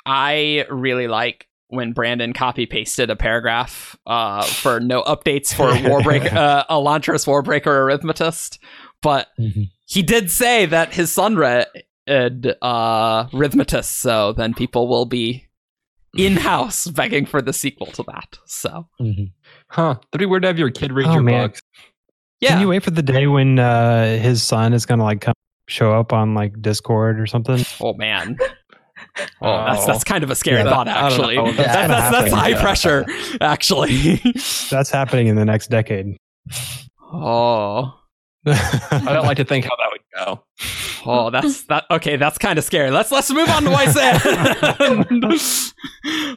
Speaker 1: I really like when Brandon copy pasted a paragraph uh, for no updates for Warbreaker, uh, Elantris Warbreaker Arithmetist, but
Speaker 2: Mm-hmm,
Speaker 1: he did say that his son read uh, Rhythmetus, so then people will be in house begging for the sequel to that. So
Speaker 2: Mhm.
Speaker 5: Huh. That'd be weird to have your kid read
Speaker 4: Oh,
Speaker 5: your
Speaker 4: man.
Speaker 5: books.
Speaker 1: yeah,
Speaker 4: Can you wait for the day when uh, his son is gonna like come show up on like Discord or something?
Speaker 1: oh man,
Speaker 5: Oh,
Speaker 2: Uh,
Speaker 1: that's that's kind of a scary
Speaker 4: Yeah,
Speaker 1: thought
Speaker 5: I don't know.
Speaker 1: actually.
Speaker 5: That's
Speaker 1: That's,
Speaker 4: gonna
Speaker 1: that's, that's
Speaker 4: happen.
Speaker 1: high pressure, actually.
Speaker 4: That's happening in the next decade.
Speaker 1: oh,
Speaker 5: I don't like to think how that would go.
Speaker 1: oh, that's that. Okay, that's kind of scary. Let's let's move on to YSN.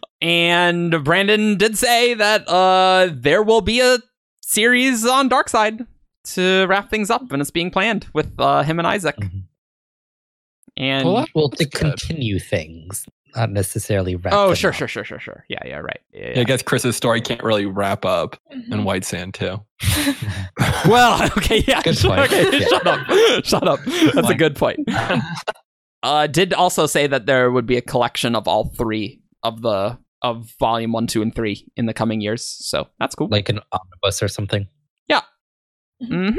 Speaker 1: and Brandon did say that uh, there will be a series on Darkseid to wrap things up, and it's being planned with uh, him and Isaac.
Speaker 2: Mhm.
Speaker 1: And
Speaker 2: Well, well, to
Speaker 5: good.
Speaker 2: continue things, not necessarily wrap.
Speaker 1: oh,
Speaker 2: them
Speaker 1: sure,
Speaker 2: up.
Speaker 1: sure, sure, sure, sure. Yeah, yeah, right. Yeah, Mm.
Speaker 5: I
Speaker 1: yeah.
Speaker 5: guess Chris's story can't really wrap up
Speaker 3: Mm-hmm.
Speaker 5: in White Sand too.
Speaker 1: Well, okay, yeah.
Speaker 2: Good point.
Speaker 1: Okay,
Speaker 2: Yeah.
Speaker 1: shut up. Shut up. That's a
Speaker 5: point.
Speaker 1: good point. uh did also say that there would be a collection of all three of the of volume 1, 2 and 3 in the coming years. So, that's cool.
Speaker 2: Like an omnibus or something.
Speaker 1: Mhm.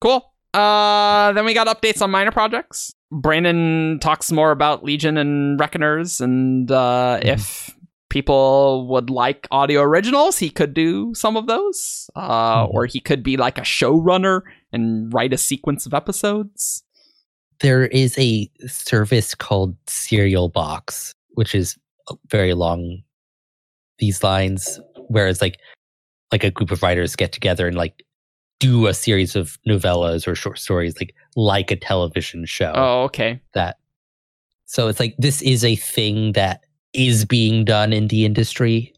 Speaker 1: Cool. Uh then we got updates on minor projects. Brandon talks more about Legion and Reckoners and uh if people would like audio originals, he could do some of those. Uh
Speaker 2: Mhm.
Speaker 1: or he could be like a showrunner and write a sequence of episodes.
Speaker 2: There is a service called Serial Box, which is very long these lines, whereas like like a group of writers get together and like do a series of novellas or short stories like like a television show.
Speaker 1: Oh, okay.
Speaker 2: that. So it's like this is a thing that is being done in the industry.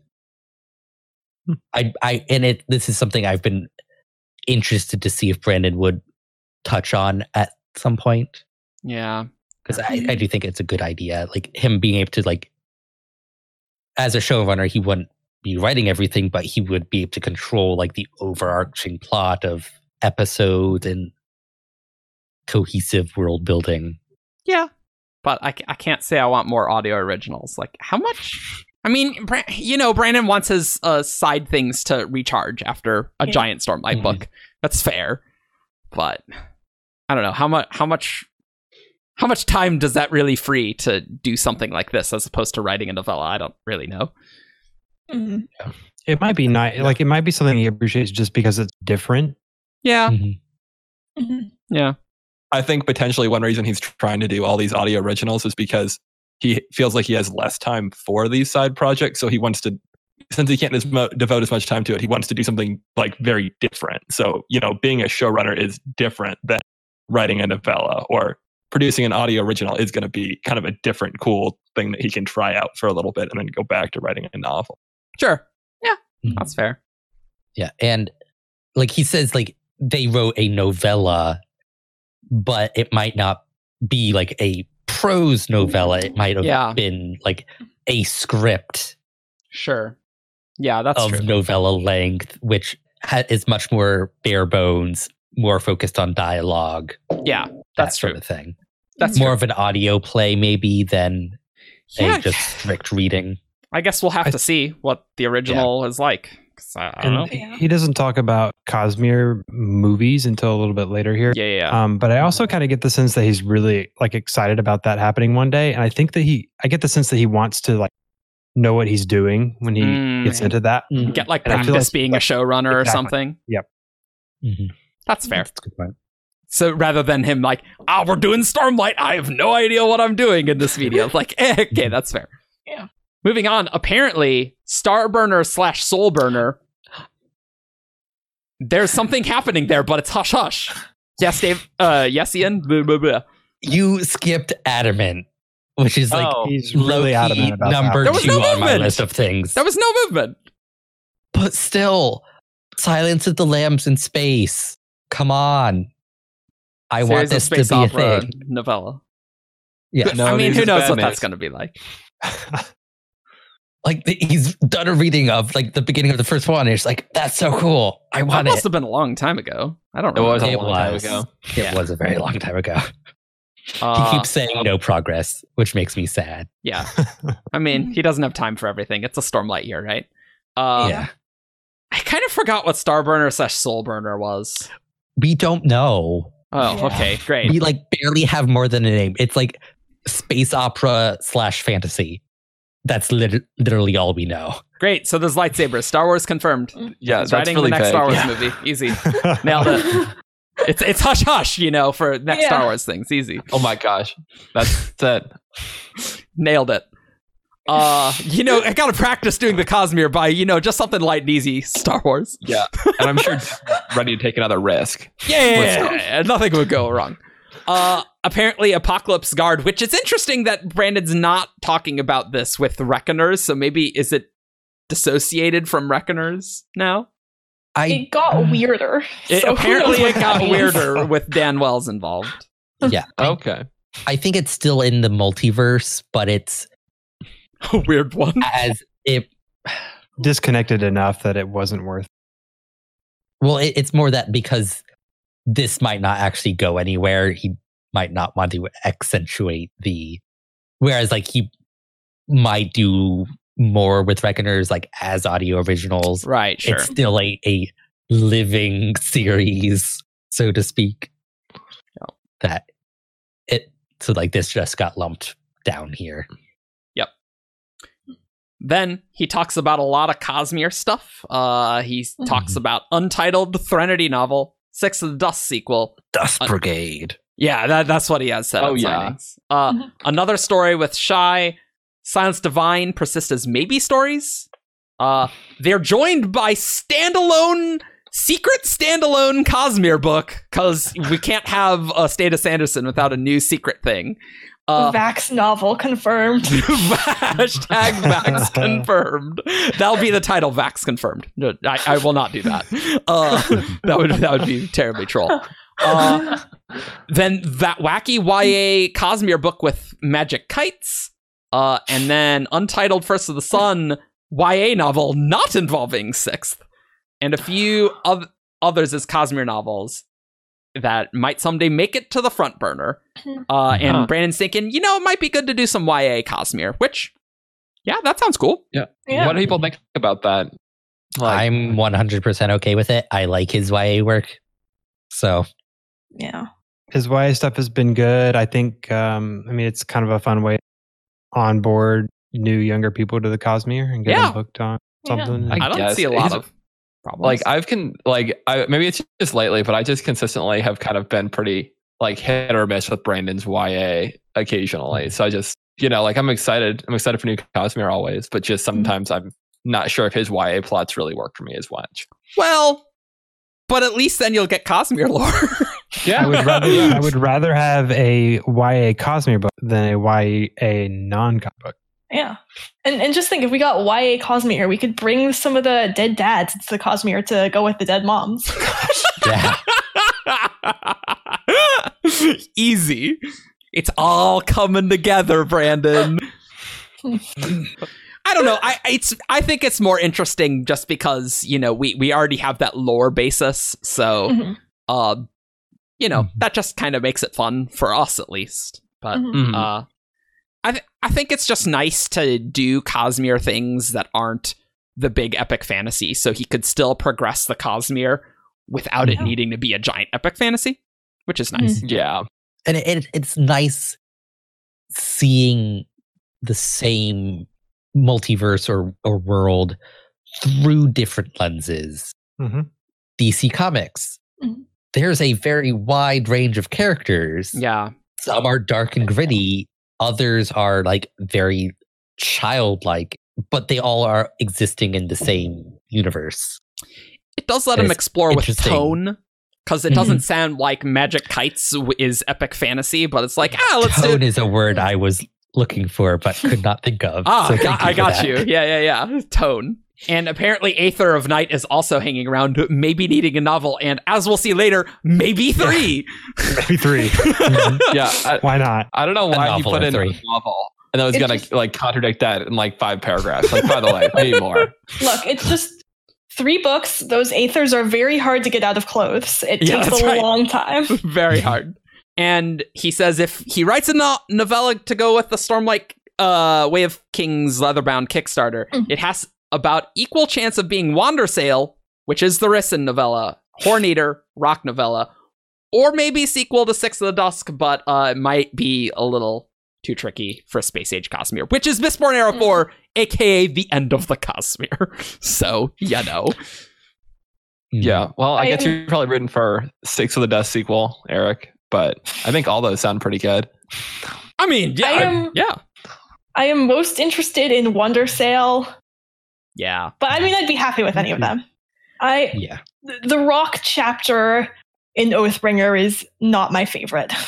Speaker 2: I I and it this is something I've been interested to see if Brandon would touch on at some point
Speaker 1: Yeah.
Speaker 2: because I, I do think it's a good idea. Like him being able to like as a showrunner, he wouldn't be writing everything, but he would be able to control like the overarching plot of episodes and cohesive world building.
Speaker 1: Yeah. But I, ca- I can't say I want more audio originals. Like, how much? I mean, Bra- you know, Brandon wants his uh, side things to recharge after a
Speaker 3: Yeah.
Speaker 1: giant Stormlight
Speaker 4: Mm-hmm.
Speaker 2: Mhm.
Speaker 1: book. That's fair. But I don't know how much how much how much time does that really free to do something like this as opposed to writing a novella? I don't really know.
Speaker 3: Mhm.
Speaker 4: It might be nice. Like it might be something he appreciates just because it's different.
Speaker 1: Yeah.
Speaker 2: Mhm.
Speaker 3: Mhm.
Speaker 1: Yeah.
Speaker 5: I think potentially one reason he's trying to do all these audio originals is because he feels like he has less time for these side projects. So he wants to, since he can't as mo- devote as much time to it, he wants to do something like very different. So, you know, being a showrunner is different than writing a novella or producing an audio original is going to be kind of a different, cool thing that he can try out for a little bit and then go back to writing a novel.
Speaker 1: Sure. Yeah.
Speaker 2: Mhm.
Speaker 1: That's fair.
Speaker 2: Yeah, and like he says, like they wrote a novella, but it might not be like a prose novella. It might have
Speaker 1: Yeah.
Speaker 2: been like a script
Speaker 1: Sure. Yeah, that's
Speaker 4: Um,
Speaker 2: of
Speaker 1: true.
Speaker 2: novella length, which ha- is much more bare bones, more focused on dialogue,
Speaker 1: yeah,
Speaker 2: that
Speaker 1: that's
Speaker 2: sort
Speaker 1: true.
Speaker 2: of thing.
Speaker 1: That's
Speaker 2: more
Speaker 3: Mm-hmm.
Speaker 1: true.
Speaker 2: of an audio play, maybe than
Speaker 1: yeah,
Speaker 2: a just strict reading.
Speaker 1: I guess we'll have
Speaker 4: I-
Speaker 1: to see what the original is like. 'cause I, I don't know.
Speaker 4: And
Speaker 3: Yeah.
Speaker 4: he doesn't talk about Cosmere movies until a little bit later here.
Speaker 1: Yeah, yeah, yeah.
Speaker 4: Um, but I also kind of get the sense that he's really like excited about that happening one day, and I think that he, I get the sense that he wants to like know what he's doing when he
Speaker 1: Mm.
Speaker 4: gets into that.
Speaker 1: Get like
Speaker 4: and I feel
Speaker 1: practice
Speaker 4: like-
Speaker 1: being a showrunner or
Speaker 4: Exactly.
Speaker 1: something.
Speaker 2: Mhm.
Speaker 1: That's fair.
Speaker 2: That's a good point.
Speaker 1: So rather than him like, ah, we're doing Stormlight. I have no idea what I'm doing in this video. It's like, eh, okay, that's fair.
Speaker 3: Yeah.
Speaker 1: Moving on. Apparently, Starburner slash Soulburner. There's something happening there, but it's hush hush. Yes, Dave. Uh, yes, Ian. Blah, blah, blah.
Speaker 2: You skipped adamant, which is like
Speaker 1: oh,
Speaker 4: He's really
Speaker 2: low-key
Speaker 4: adamant about
Speaker 2: number
Speaker 4: that.
Speaker 1: There was
Speaker 2: two
Speaker 1: no
Speaker 2: on my
Speaker 1: movement.
Speaker 2: list of things.
Speaker 1: there was no movement.
Speaker 2: But still, Silence of the Lambs in space. Come on. I
Speaker 1: Series
Speaker 2: want
Speaker 1: of
Speaker 2: this to
Speaker 1: space
Speaker 2: be a
Speaker 1: opera
Speaker 2: thing.
Speaker 1: novella.
Speaker 2: Yeah.
Speaker 5: No
Speaker 1: I mean,
Speaker 5: news
Speaker 1: who
Speaker 5: is
Speaker 1: knows
Speaker 5: bad
Speaker 1: what
Speaker 5: news.
Speaker 1: that's going to be like?
Speaker 2: like the, he's done a reading of like the beginning of the first one. And it's like that's so cool. I
Speaker 1: That
Speaker 2: want
Speaker 1: must
Speaker 2: it.
Speaker 1: have been a long time ago. I don't
Speaker 5: It
Speaker 1: remember.
Speaker 5: was a
Speaker 2: It
Speaker 5: long time
Speaker 2: was.
Speaker 5: ago.
Speaker 2: It was a very long time ago.
Speaker 1: Uh,
Speaker 2: he keeps saying no progress, which makes me sad.
Speaker 1: yeah. I mean, he doesn't have time for everything. It's a Stormlight year, right?
Speaker 5: uh,
Speaker 1: Um,
Speaker 2: yeah,
Speaker 1: I kind of forgot what Starburner slash Soulburner was.
Speaker 2: we don't know.
Speaker 1: Oh,
Speaker 3: Yeah.
Speaker 1: okay, great.
Speaker 2: We like barely have more than a name. It's like space opera slash fantasy. That's lit- literally all we know.
Speaker 1: Great. So there's lightsabers. Star Wars confirmed.
Speaker 5: Yeah,
Speaker 1: He's
Speaker 5: that's
Speaker 1: writing
Speaker 5: really
Speaker 1: the next
Speaker 5: vague.
Speaker 1: Star Wars
Speaker 5: Yeah.
Speaker 1: movie. Easy. Nailed it. It's it's hush hush, you know, for next
Speaker 3: Yeah.
Speaker 1: Star Wars things. Easy.
Speaker 5: Oh my gosh, that's that.
Speaker 1: Nailed it. Uh, you know, I gotta practice doing the Cosmere by, you know, just something light and easy. Star Wars.
Speaker 5: Yeah, and I'm sure ready to take another risk.
Speaker 1: Yeah, yeah,
Speaker 5: Let's
Speaker 1: yeah,
Speaker 5: go.
Speaker 1: yeah, nothing would go wrong. Uh, apparently, Apocalypse Guard, which is interesting that Brandon's not talking about this with Reckoners. So maybe is it dissociated from Reckoners now?
Speaker 2: I
Speaker 3: It got weirder.
Speaker 1: It,
Speaker 3: so who
Speaker 1: apparently,
Speaker 3: knows what
Speaker 1: it got
Speaker 3: that means.
Speaker 1: weirder with Dan Wells involved.
Speaker 2: yeah. I,
Speaker 5: Okay,
Speaker 2: I think it's still in the multiverse, but it's
Speaker 1: A weird one.
Speaker 2: as it
Speaker 4: Disconnected enough that it wasn't worth.
Speaker 2: Well, it, it's more that because this might not actually go anywhere, he might not want to accentuate the. Whereas, like, he might do more with Reckoners, like, as audio originals.
Speaker 1: Right, sure.
Speaker 2: It's still a, a living series, so to speak. That it, so like, this just got lumped down here.
Speaker 1: Then he talks about a lot of Cosmere stuff. Uh, he
Speaker 5: Mm-hmm.
Speaker 3: Mhm.
Speaker 1: talks about Untitled Threnody novel, Six of the Dust sequel.
Speaker 2: Dust
Speaker 1: Uh,
Speaker 2: Brigade.
Speaker 1: Yeah, that, that's what he has said.
Speaker 5: Oh,
Speaker 1: at
Speaker 5: yeah. Mm-hmm.
Speaker 1: signings. Uh,
Speaker 3: Mhm.
Speaker 1: another story with Shy, Silence Divine, Persist as Maybe stories. Uh, they're joined by standalone, secret standalone Cosmere book, because we can't have a State of Sanderson without a new secret thing. Uh,
Speaker 3: Vax novel confirmed.
Speaker 1: hashtag Vax confirmed. That'll be the title. Vax confirmed. No, I, I will not do that. Uh, that would that would be terribly troll. Uh, then that wacky YA Cosmere book with magic kites, uh, and then Untitled First of the Sun YA novel not involving Sixth, and a few of others as Cosmere novels that might someday make it to the front burner. Uh, and
Speaker 5: Huh.
Speaker 1: Brandon's thinking, you know, it might be good to do some YA Cosmere, which, yeah, that sounds cool.
Speaker 3: yeah.
Speaker 5: what do people think about that? Like,
Speaker 2: I'm 100% okay with it. I like his YA work. So,
Speaker 3: yeah.
Speaker 4: His YA stuff has been good. I think. Um, I mean, it's kind of a fun way to onboard new younger people to the Cosmere and get
Speaker 1: Yeah.
Speaker 4: them hooked on
Speaker 3: Yeah.
Speaker 4: something.
Speaker 5: I
Speaker 1: I, don't
Speaker 5: guess.
Speaker 1: see a lot
Speaker 5: He's-
Speaker 1: of problems.
Speaker 5: like I've can like I maybe it's just lately, but I just consistently have kind of been pretty like hit or miss with Brandon's YA occasionally. So I just you know like I'm excited. I'm excited for new Cosmere always, but just
Speaker 3: Mm-hmm.
Speaker 5: sometimes I'm not sure if his YA plots really work for me as much.
Speaker 1: well, but at least then you'll get Cosmere lore.
Speaker 5: Yeah,
Speaker 4: I would rather I would rather have a YA Cosmere book than a YA non comic book.
Speaker 3: Yeah. And and just think if we got YA Cosmere, we could bring some of the dead dads into the Cosmere to go with the dead moms.
Speaker 2: yeah.
Speaker 1: Easy. It's all coming together, Brandon. I don't know. I it's I think it's more interesting just because, you know, we we already have that lore basis, so
Speaker 3: Mhm.
Speaker 1: uh you know,
Speaker 2: Mhm.
Speaker 1: that just kind of makes it fun for us at least. But
Speaker 3: Mhm.
Speaker 2: Mm-hmm.
Speaker 5: Mhm.
Speaker 1: uh I th- I think it's just nice to do Cosmere things that aren't the big epic fantasy, so he could still progress the Cosmere without it
Speaker 2: Yeah.
Speaker 1: needing to be a giant epic fantasy, which is nice.
Speaker 5: yeah,
Speaker 2: and it, it, it's nice seeing the same multiverse or, or world through different lenses
Speaker 5: Mm-hmm.
Speaker 4: Mhm.
Speaker 2: dc comics
Speaker 3: Mhm.
Speaker 2: there's a very wide range of characters
Speaker 1: Yeah,
Speaker 2: some are dark and gritty others are like very childlike but they all are existing in the same universe
Speaker 1: it does let
Speaker 2: It
Speaker 1: him
Speaker 2: is
Speaker 1: explore with
Speaker 2: interesting.
Speaker 1: tone because it
Speaker 2: Mhm.
Speaker 1: doesn't sound like Magic Kites w- is epic fantasy, but it's like ah, let's
Speaker 2: tone
Speaker 1: do.
Speaker 2: is a word i was looking for but could not think of
Speaker 1: Ah,
Speaker 2: so
Speaker 1: got-
Speaker 2: thank
Speaker 1: I
Speaker 2: for
Speaker 1: got
Speaker 2: that.
Speaker 1: you. Yeah, yeah, yeah. Tone. And apparently, Aether of Night is also hanging around, maybe needing a novel, and as we'll see later, maybe three.
Speaker 4: Maybe three. Mm-hmm.
Speaker 5: yeah. I,
Speaker 4: Why not?
Speaker 5: I don't know why he
Speaker 2: novel
Speaker 5: put
Speaker 2: or
Speaker 5: in
Speaker 2: three.
Speaker 5: a novel. And then was
Speaker 3: It
Speaker 5: gonna
Speaker 3: just-
Speaker 5: like contradict that in like five paragraphs. Like, by the way, maybe more.
Speaker 3: Look, it's just three books. Those aethers are very hard to get out of clothes. It
Speaker 1: Yeah,
Speaker 3: takes
Speaker 1: that's
Speaker 3: a
Speaker 1: right.
Speaker 3: long time.
Speaker 1: very hard. And he says if he writes a no- novella to go with the Stormlight uh, Way of Kings Leatherbound Kickstarter,
Speaker 3: Mm.
Speaker 1: it has about equal chance of being Wander Sale, which is the Rissen novella, Horn Eater, Rock novella, or maybe sequel to Six of the Dusk, but uh, it might be a little too tricky for Space Age Cosmere, which is Mistborn Era
Speaker 3: Mm.
Speaker 1: 4, aka the end of the Cosmere. so, you know.
Speaker 2: Mm-hmm.
Speaker 5: Yeah. Well, I,
Speaker 3: I
Speaker 5: guess
Speaker 3: am-
Speaker 5: you're probably rooting for Six of the Dust sequel, Eric. But I think all those sound pretty good.
Speaker 1: I mean, yeah.
Speaker 3: I am-
Speaker 1: yeah.
Speaker 3: I am most interested in Wonder Sale,
Speaker 1: Yeah.
Speaker 3: but I mean, I'd be happy with any of
Speaker 1: Mm-hmm.
Speaker 3: them. I
Speaker 2: Yeah.
Speaker 3: th- the Rock chapter in Oathbringer is not my favorite.
Speaker 1: Uh,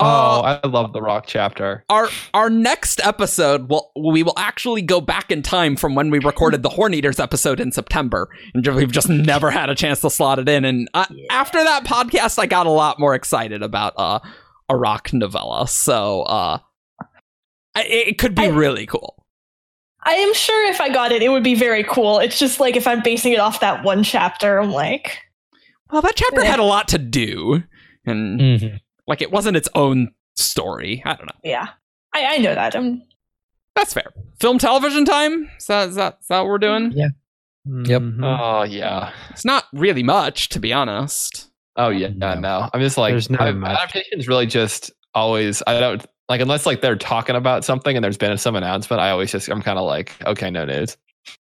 Speaker 5: Oh, I love the Rock chapter.
Speaker 1: our our next episode will we will actually go back in time from when we recorded the Horn Eaters episode in September, and ju- we've just never had a chance to slot it in. And uh, after that podcast, I got a lot more excited about uh, a rock novella. So uh, I, it could be
Speaker 3: I-
Speaker 1: really cool.
Speaker 3: I am sure if I got it, it would be very cool. It's just like if I'm basing it off that one chapter, I'm like,
Speaker 1: Well, that chapter
Speaker 3: Yeah.
Speaker 1: had a lot to do, and
Speaker 2: Mhm.
Speaker 1: like it wasn't its own story. I don't know.
Speaker 3: yeah, I, I know that. I'm
Speaker 1: That's fair. Film television time. Is that, is that, is that what we're doing?
Speaker 2: Yep.
Speaker 4: Hmm. Mm-hmm.
Speaker 5: Oh yeah.
Speaker 1: It's not really much, to be honest.
Speaker 5: Oh yeah.
Speaker 2: No.
Speaker 1: Hmm.
Speaker 5: No, no. I'm just like
Speaker 4: There's not
Speaker 5: I-
Speaker 4: much.
Speaker 5: adaptations. Really, just always. I don't like unless like they're talking about something and there's been some announcement. I always just I'm kind of like okay, no news.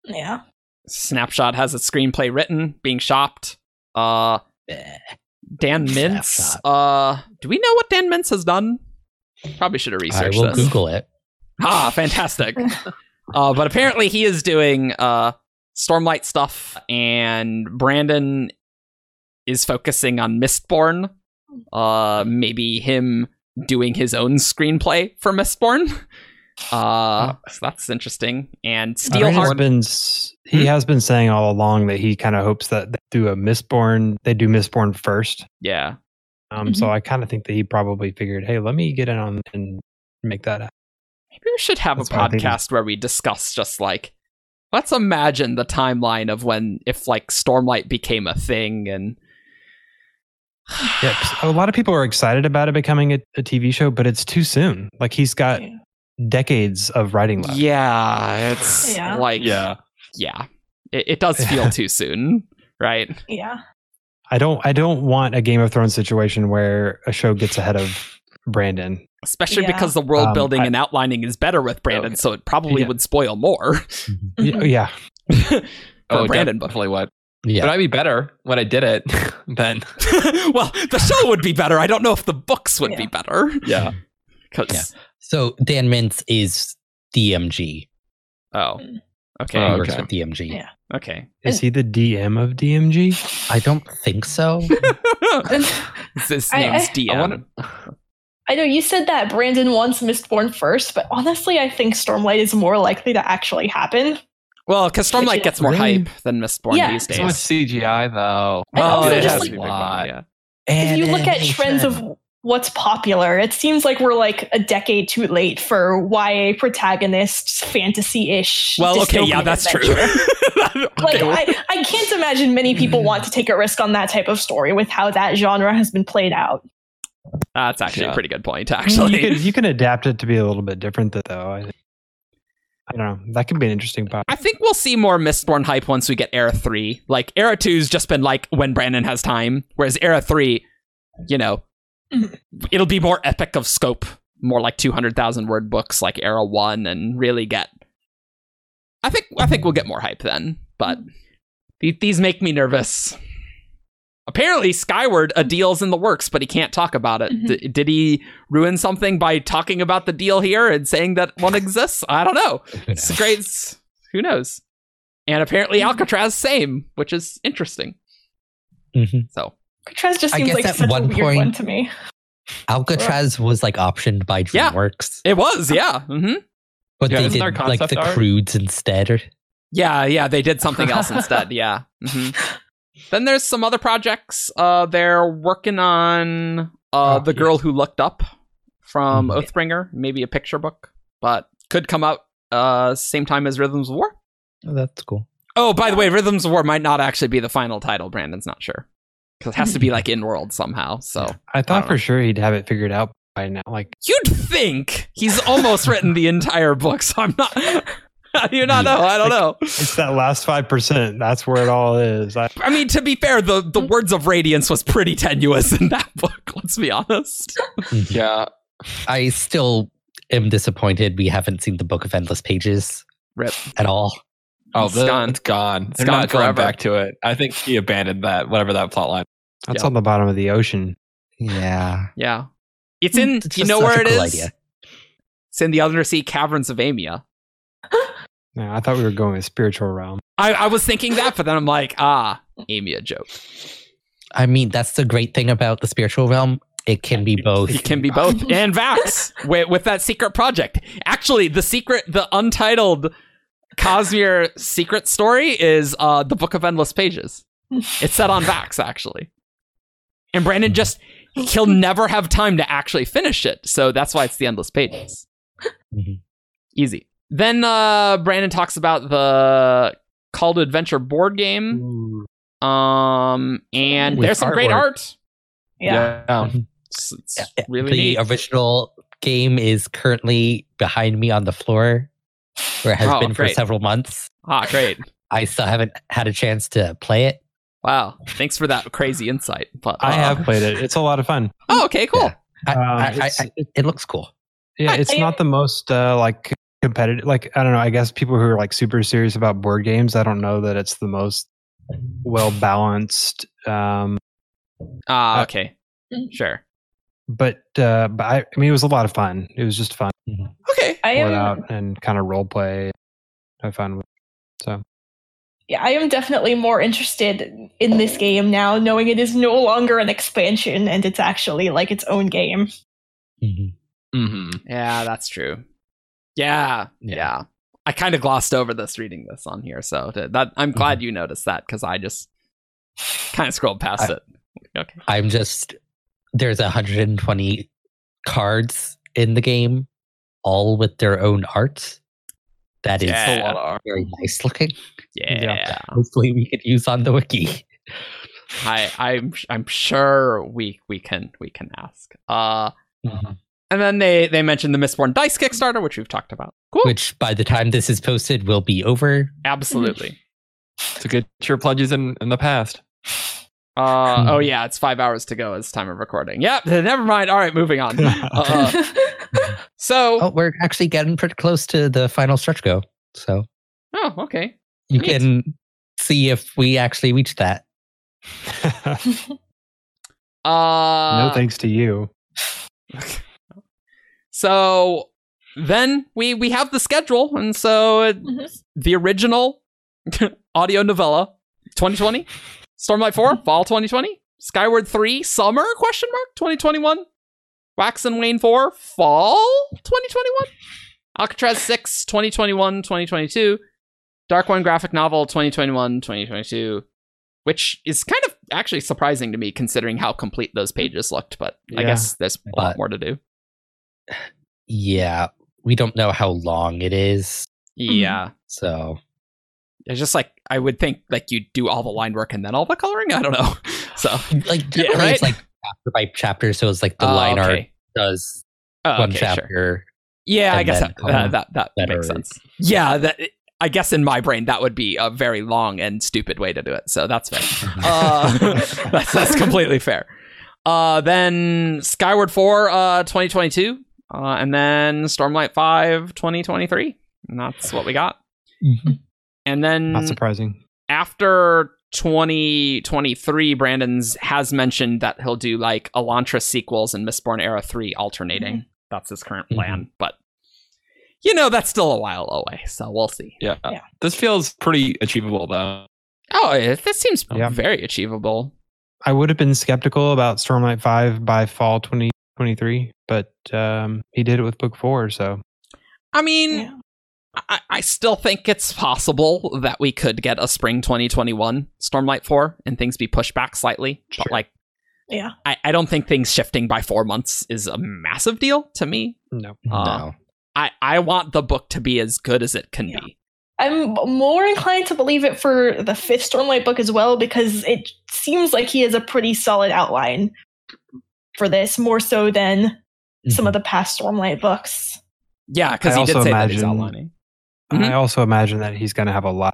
Speaker 3: yeah.
Speaker 1: Snapshot has a screenplay written, being shopped. Uh, Dan Mintz.
Speaker 2: Snapshot.
Speaker 1: Uh, do we know what Dan Mintz has done? Probably should have
Speaker 2: I
Speaker 1: researched
Speaker 2: will
Speaker 1: this.
Speaker 2: Google it.
Speaker 1: Ah, fantastic. uh, but apparently he is doing uh Stormlight stuff, and Brandon is focusing on Mistborn. Uh, maybe him doing his own screenplay for Mistborn. Uh, so that's interesting. And
Speaker 4: Steel has
Speaker 1: Steelheart.
Speaker 4: been s- he
Speaker 1: Hmm?
Speaker 4: has been saying all along that he kind of hopes that they do a Mistborn, they do Mistborn first.
Speaker 1: Yeah.
Speaker 4: Um, so I kind of think that he probably figured, hey, let me get in on and make that. happen.
Speaker 1: Maybe we should have
Speaker 4: That's
Speaker 1: a
Speaker 4: what I'm thinking.
Speaker 1: podcast where we discuss just like let's imagine the timeline of when if like Stormlight became a thing and
Speaker 4: Yeah, 'cause a lot of people are excited about it becoming a, a TV show, but it's too soon. Like he's
Speaker 1: Uh,
Speaker 4: got
Speaker 3: Yeah.
Speaker 4: decades of writing left.
Speaker 1: yeah, it's
Speaker 3: Yeah.
Speaker 1: like
Speaker 5: Yeah.
Speaker 1: yeah. It, it does feel too soon, right?
Speaker 3: yeah.
Speaker 4: I don't I don't want a Game of Thrones situation where a show gets ahead of Brandon.
Speaker 1: Especially
Speaker 3: Yeah.
Speaker 1: because the world
Speaker 4: Um,
Speaker 1: building
Speaker 4: I-
Speaker 1: and outlining is better with Brandon,
Speaker 5: Okay.
Speaker 1: so it probably
Speaker 4: Yeah.
Speaker 1: would spoil more.
Speaker 3: Mm-hmm.
Speaker 4: Y- Yeah.
Speaker 1: for
Speaker 5: def-
Speaker 1: Brandon, but
Speaker 5: Oh, definitely what. But
Speaker 2: Yeah.
Speaker 5: I'd be better when I did it than
Speaker 1: well, the show would be better. I don't know if the books would be
Speaker 3: Yeah.
Speaker 1: better.
Speaker 5: yeah.
Speaker 1: 'Cause-
Speaker 2: So Dan Mintz is DMG.
Speaker 1: Oh. Okay.
Speaker 2: He
Speaker 5: Oh,
Speaker 2: works
Speaker 5: okay.
Speaker 2: with DMG.
Speaker 3: Yeah.
Speaker 5: Uh,
Speaker 1: okay.
Speaker 4: Is he the DM of DMG?
Speaker 2: I don't think so.
Speaker 1: His
Speaker 3: I-
Speaker 1: name's
Speaker 3: I-
Speaker 1: DM.
Speaker 5: I wanna-
Speaker 3: I know you said that Brandon wants Mistborn first, but honestly, I think Stormlight is more likely to actually happen.
Speaker 1: Well, because Stormlight
Speaker 3: Which-
Speaker 1: gets more
Speaker 4: Really?
Speaker 1: hype than Mistborn
Speaker 3: Yeah.
Speaker 1: these
Speaker 5: So much
Speaker 1: days.
Speaker 5: CGI though.
Speaker 3: And
Speaker 1: Well,
Speaker 3: also
Speaker 1: it
Speaker 3: Oh, just
Speaker 1: has
Speaker 3: like-
Speaker 1: to be big money, yeah.
Speaker 3: if you look at trends of what's popular, it seems like we're like a decade too late for YA protagonists, fantasy ish.
Speaker 1: Well, okay, yeah, that's true.
Speaker 3: Like
Speaker 1: Okay, well, Mm-hmm.
Speaker 3: I, I can't imagine many people want to take a risk on that type of story with how that genre has been played out.
Speaker 1: that's actually a
Speaker 5: Yeah.
Speaker 1: pretty good point,
Speaker 4: You
Speaker 1: actually.
Speaker 4: can, you can adapt it to be a little bit different th- though. I, think. I don't know. That could be an interesting pop.
Speaker 1: I think we'll see more Mistborn hype once we get Era 3. Like, Era 2's just been like when Brandon has time, whereas Era 3, you know,
Speaker 3: Mhm.
Speaker 1: it'll be more epic of scope, more like 200,000 word books like Era 1 and really get. I think I think we'll get more hype then, but th- these make me nervous. Apparently, Skyward a deal's in the works, but he can't talk about it.
Speaker 3: Mhm.
Speaker 1: D- did he ruin something by talking about the deal here and saying that one exists? I don't know. It's great. it's- Who knows? And apparently Alcatraz same, which is interesting.
Speaker 2: Mhm.
Speaker 1: So
Speaker 3: Alcatraz just
Speaker 2: I
Speaker 3: seems
Speaker 2: guess
Speaker 3: like
Speaker 2: at
Speaker 3: such
Speaker 2: one
Speaker 3: a weird
Speaker 2: point-
Speaker 3: one to me.
Speaker 2: Alcatraz was like optioned by
Speaker 1: Yeah.
Speaker 2: DreamWorks,
Speaker 1: it was, yeah, hmm
Speaker 2: but
Speaker 5: Yeah,
Speaker 2: they
Speaker 5: isn't
Speaker 2: did
Speaker 5: there
Speaker 2: like
Speaker 5: concept
Speaker 2: the
Speaker 5: art?
Speaker 2: Crudes instead. or-
Speaker 1: yeah, yeah. They did something else instead. Yeah. hmm Then there's some other projects. Uh, they're working on uh,
Speaker 4: Oh,
Speaker 1: the
Speaker 4: yeah.
Speaker 1: girl who looked up from
Speaker 2: Mhm.
Speaker 1: Oathbringer, maybe a picture book, but could come out uh same time as Rhythms of War.
Speaker 2: Oh, that's cool.
Speaker 1: Oh, by the way, Rhythms of War might not actually be the final title. Brandon's not sure because it has to be like in world somehow. So
Speaker 4: I
Speaker 1: I
Speaker 4: thought
Speaker 1: don't
Speaker 4: for sure he'd have it figured out by now. Like,
Speaker 1: you'd think he's almost written the entire book. So I'm not. How do you not know? I don't know.
Speaker 4: it's that last 5%. That's where it all is. I,
Speaker 1: I mean, to be fair, the the words of radiance was pretty tenuous in that book. Let's be honest.
Speaker 5: Yeah.
Speaker 2: I still am disappointed we haven't seen the Book of Endless Pages
Speaker 1: Rip.
Speaker 2: at all.
Speaker 5: Oh,
Speaker 1: It's
Speaker 5: the-
Speaker 1: gone.
Speaker 5: It's gone. They're
Speaker 1: gone
Speaker 5: not going
Speaker 1: forever.
Speaker 5: back to it. I think he abandoned that, whatever that plot line.
Speaker 4: that's
Speaker 1: Yeah.
Speaker 4: on the bottom of the ocean.
Speaker 2: Yeah.
Speaker 1: Yeah, it's in.
Speaker 2: It's
Speaker 1: you
Speaker 2: just
Speaker 1: know
Speaker 2: such
Speaker 1: where
Speaker 2: a
Speaker 1: it is?
Speaker 2: cool idea.
Speaker 1: It's in the undersea caverns of Amia.
Speaker 4: Yeah, I thought we were going with spiritual realm.
Speaker 1: I, I was thinking that, but then I'm like, ah, Amia joke.
Speaker 2: I mean, that's the great thing about the spiritual realm. It can be both.
Speaker 1: It can be both. And Vax with, with that secret project. Actually, the secret, the untitled Cosmere secret story is uh, the Book of Endless Pages. It's set on Vax, actually. And Brandon just, he'll never have time to actually finish it. So that's why it's the Endless Pages.
Speaker 2: Mhm.
Speaker 1: Easy. Then uh, Brandon talks about the Call to Adventure board game. Um, and
Speaker 2: With
Speaker 1: there's some great
Speaker 2: artwork.
Speaker 1: art.
Speaker 3: Yeah.
Speaker 1: It's, it's
Speaker 2: Yeah,
Speaker 1: really
Speaker 2: the uh,
Speaker 1: neat.
Speaker 2: original game is currently behind me on the floor, where it has
Speaker 1: Oh,
Speaker 2: been for
Speaker 1: great.
Speaker 2: several months.
Speaker 1: ah, great.
Speaker 2: I still haven't had a chance to play it.
Speaker 1: Wow. Thanks for that crazy insight. But
Speaker 4: I
Speaker 1: uh,
Speaker 4: have played it. It's a lot of fun.
Speaker 1: Oh, okay, cool.
Speaker 2: Yeah. I-
Speaker 4: Um,
Speaker 2: I- I-
Speaker 4: it's-
Speaker 2: I- it looks cool.
Speaker 4: Yeah, it's
Speaker 3: I-
Speaker 4: not the most uh, like competitive. Like I don't know. I guess people who are like super serious about board games, I don't know that it's the most well balanced. Um,
Speaker 1: Ah,
Speaker 4: Uh,
Speaker 1: okay. Sure.
Speaker 4: but uh, but I, I mean, it was a lot of fun. It was just fun,
Speaker 1: Okay.
Speaker 3: I
Speaker 4: Pull
Speaker 3: am.
Speaker 4: it out and kind of role play. Have fun with. So
Speaker 3: Yeah, I am definitely more interested in this game now, knowing it is no longer an expansion and it's actually like its own game.
Speaker 5: Mm-hmm.
Speaker 1: Yeah, that's true. Yeah. Yeah.
Speaker 2: Yeah.
Speaker 1: I kind of glossed over this reading this on here, so th- that I'm glad you noticed that because I just kind of scrolled past
Speaker 2: I-
Speaker 1: it. Okay.
Speaker 2: I'm just there's 120 cards in the game, all with their own art. That is
Speaker 1: Yeah.
Speaker 2: very nice looking.
Speaker 1: Yeah.
Speaker 4: Yeah.
Speaker 2: Hopefully, we could use on the wiki.
Speaker 1: I I'm I'm sure we we can we can ask. Uh and then they they mentioned the Mistborn Dice Kickstarter, which we've talked about. Cool.
Speaker 2: Which by the time this is posted will be over.
Speaker 1: Absolutely.
Speaker 5: So get your pledges in, in the past.
Speaker 1: Uh, oh yeah, it's five hours to go as time of recording. Yep, never mind. All right, moving on. Uh, so,
Speaker 2: Oh,
Speaker 1: oh,
Speaker 2: we're actually getting pretty close to the final stretch go. So
Speaker 1: oh, okay.
Speaker 2: you
Speaker 1: Neat.
Speaker 2: can see if we actually reach that.
Speaker 1: Uh,
Speaker 3: Uh,
Speaker 4: no thanks to you.
Speaker 1: so then we we have the schedule, and so it,
Speaker 3: Mhm.
Speaker 1: the original audio novella, 2020, Stormlight 4, Fall 2020, Skyward 3, Summer question mark 2021, Wax and Wayne 4, Fall 2021, Alcatraz 6, 2021, 2022, Dark One graphic novel 2021, 2022, which is kind of actually surprising to me considering how complete those pages looked, but I
Speaker 4: Yeah.
Speaker 1: guess there's a lot
Speaker 2: But-
Speaker 1: more to do.
Speaker 2: Yeah, we don't know how long it is.
Speaker 1: Yeah.
Speaker 2: So
Speaker 1: It's just like I would think like you'd do all the line work and then all the coloring. I don't know. So
Speaker 2: like generally
Speaker 1: right?
Speaker 2: it's like chapter by chapter. So it's like the
Speaker 1: Oh,
Speaker 2: line art
Speaker 1: okay.
Speaker 2: does
Speaker 1: Oh,
Speaker 2: one
Speaker 1: okay, sure.
Speaker 2: chapter.
Speaker 1: Yeah, I
Speaker 2: and
Speaker 1: guess
Speaker 2: then um,
Speaker 1: that, that,
Speaker 2: color
Speaker 1: that, that
Speaker 2: that
Speaker 1: makes
Speaker 2: are-
Speaker 1: sense. Yeah, that I guess in my brain that would be a very long and stupid way to do it. So that's fair. Uh,
Speaker 3: um,
Speaker 1: that's that's completely fair. Uh, then Skyward 4 uh 2022 uh, and then Stormlight 5 2023. And that's what we got.
Speaker 2: Mhm.
Speaker 1: And then
Speaker 4: Not surprising.
Speaker 1: after 2023 brandon's has mentioned that he'll do like elantra sequels and mistborn era 3 alternating that's his current plan but you know that's still a while away so we'll see
Speaker 5: Yeah.
Speaker 3: Yeah.
Speaker 5: This feels pretty achievable, though.
Speaker 1: oh it- that seems
Speaker 4: Yeah.
Speaker 1: very achievable
Speaker 4: I would have been skeptical about Stormlight Five by fall twenty twenty three, but um, he did it with book four, so
Speaker 1: i mean
Speaker 3: Yeah.
Speaker 1: I, I still think it's possible that we could get a spring 2021 Stormlight 4 and things be pushed back slightly. But,
Speaker 4: Sure.
Speaker 1: like,
Speaker 3: Yeah.
Speaker 1: I, I don't think things shifting by four months is a massive deal to me.
Speaker 4: no.
Speaker 1: Uh,
Speaker 2: no.
Speaker 1: I I want the book to be as good as it can
Speaker 3: Yeah.
Speaker 1: be.
Speaker 3: I'm more inclined to believe it for the fifth Stormlight book as well because it seems like he has a pretty solid outline for this, more so than
Speaker 2: Mm-hmm.
Speaker 3: some of the past Stormlight books.
Speaker 1: Yeah, because
Speaker 4: I
Speaker 1: he did
Speaker 4: also
Speaker 1: say that he's
Speaker 4: imagine-
Speaker 1: outlining.
Speaker 4: I
Speaker 3: Mm-hmm.
Speaker 1: Mhm.
Speaker 4: also imagine that he's going to have a lot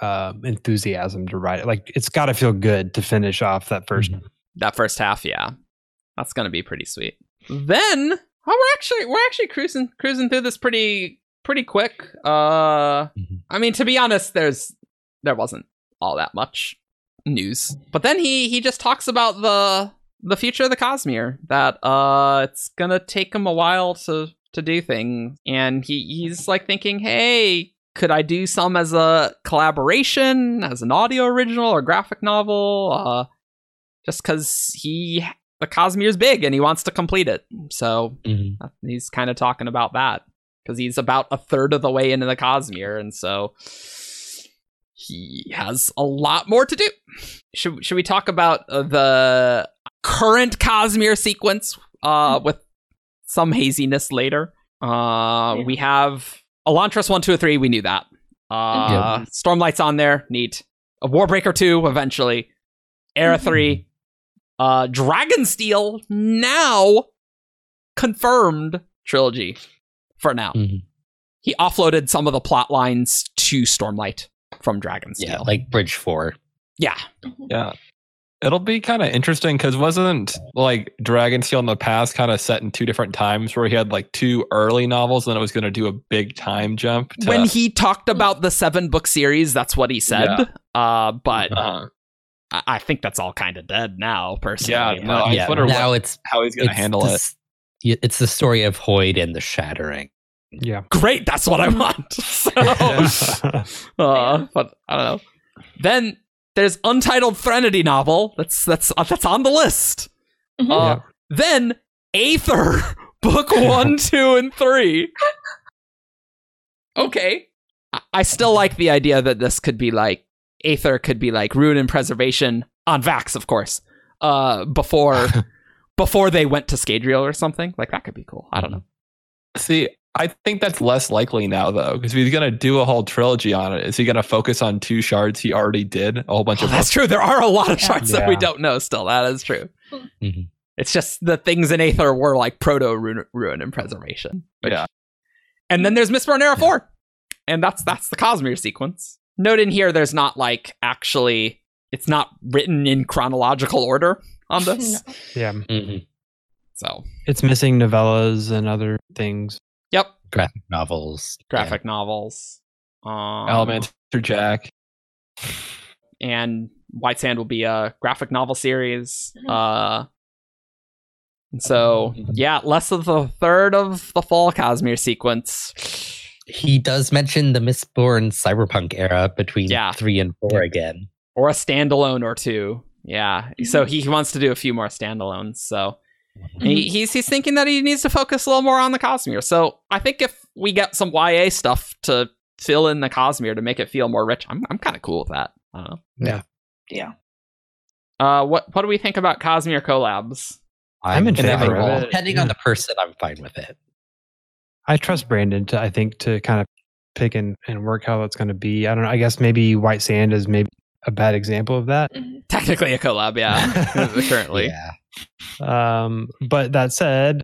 Speaker 4: of um, enthusiasm to write it. Like it's got to feel good to finish off that 1st
Speaker 3: Mm-hmm.
Speaker 1: that first half yeah that's gonna be pretty sweet then oh, we're actually we're actually cruising cruising through this pretty pretty quick uh
Speaker 2: Mhm.
Speaker 1: i mean to be honest there's there wasn't all that much news but then he he just talks about the the future of the cosmere that uh it's gonna take him a while to to do things and he he's like thinking hey could i do some as a collaboration as an audio original or graphic novel uh just because he the Cosmere's big and he wants to complete it. So
Speaker 2: Mhm.
Speaker 1: uh, he's kind of talking about that because he's about a third of the way into the Cosmere, and so he has a lot more to do. Should should we talk about uh, the current Cosmere sequence uh, with some haziness later? Uh,
Speaker 3: Yeah.
Speaker 1: We have Elantris one, two, or three. We knew that. Uh, Stormlight's on there. Neat. A Warbreaker two eventually. Era
Speaker 5: Mm-hmm.
Speaker 3: Mhm.
Speaker 1: three. Uh, Dragonsteel now confirmed trilogy for now.
Speaker 5: Mm-hmm.
Speaker 2: Mhm.
Speaker 1: He offloaded some of the plot lines to Stormlight from Dragonsteel.
Speaker 2: Yeah, like Bridge Four.
Speaker 1: yeah.
Speaker 5: Yeah. It'll be kind of interesting because wasn't like Dragonsteel in the past kind of set in two different times where he had like two early novels and then it was going to do a big time jump? To,
Speaker 1: When he talked about the seven book series, that's what he said. Uh, but
Speaker 5: Uh,
Speaker 1: I-, I think that's all kind of dead now, personally.
Speaker 5: Yeah, no, I
Speaker 2: yeah,
Speaker 5: wonder
Speaker 2: now it's
Speaker 5: how he's going to
Speaker 2: it's
Speaker 5: handle
Speaker 2: the
Speaker 5: it.
Speaker 2: s- yeah, It's the story of Hoyd and the Shattering.
Speaker 4: Yeah.
Speaker 1: Great, that's what I want. So, uh, but I don't know. Then there's Untitled Threnody novel. That's that's uh, that's on the list.
Speaker 3: Mhm.
Speaker 1: Uh, Then Aether, book one, two, and three. Okay. I, I still like the idea that this could be like Aether could be like ruin and preservation on Vax, of course. Uh before before they went to Skadriel or something. Like that could be cool. I don't know.
Speaker 5: See, I think that's less likely now though because if he's going to do a whole trilogy on it, is he going to focus on two shards he already did? A whole bunch
Speaker 1: Oh,
Speaker 5: of
Speaker 1: that's true. There are a lot of
Speaker 3: Yeah.
Speaker 1: shards that we
Speaker 4: Yeah.
Speaker 1: don't know still. That is true.
Speaker 5: Mm-hmm.
Speaker 2: Mhm.
Speaker 1: It's just the things in Aether were like proto ruin, ruin and preservation.
Speaker 5: Yeah.
Speaker 1: And then there's Miss Marinera 4. And that's that's the Cosmere sequence. Note in here there's not like actually it's not written in chronological order on this.
Speaker 4: yeah.
Speaker 2: Mhm.
Speaker 1: So
Speaker 4: It's missing novellas and other things.
Speaker 1: yep.
Speaker 2: Graphic novels.
Speaker 1: Graphic novels. Um,
Speaker 5: elements through Jack.
Speaker 1: and White Sand will be a graphic novel series. Uh, and so yeah, less of the third of the fall Cosmere sequence.
Speaker 2: Yeah. He does mention the Mistborn cyberpunk era between
Speaker 1: Yeah.
Speaker 2: three and four again.
Speaker 1: or a standalone or two. Yeah. So he wants to do a few more standalones. So he, he's he's thinking that he needs to focus a little more on the Cosmere. So I think if we get some YA stuff to fill in the Cosmere to make it feel more rich, I'm I'm kind of cool with that. I don't know.
Speaker 2: Yeah.
Speaker 3: Yeah.
Speaker 1: Uh, what what do we think about Cosmere collabs?
Speaker 4: I'm in favor of
Speaker 2: inevitable.
Speaker 1: it,
Speaker 2: Depending on
Speaker 4: yeah.
Speaker 2: the person, I'm fine with it.
Speaker 4: I trust Brandon to, I think, to kind of pick and, and work how that's going to be. I don't know. I guess maybe White Sand is maybe a bad example of that.
Speaker 3: Mhm.
Speaker 1: Technically a collab, yeah. Currently,
Speaker 2: Yeah.
Speaker 4: Um, but that said,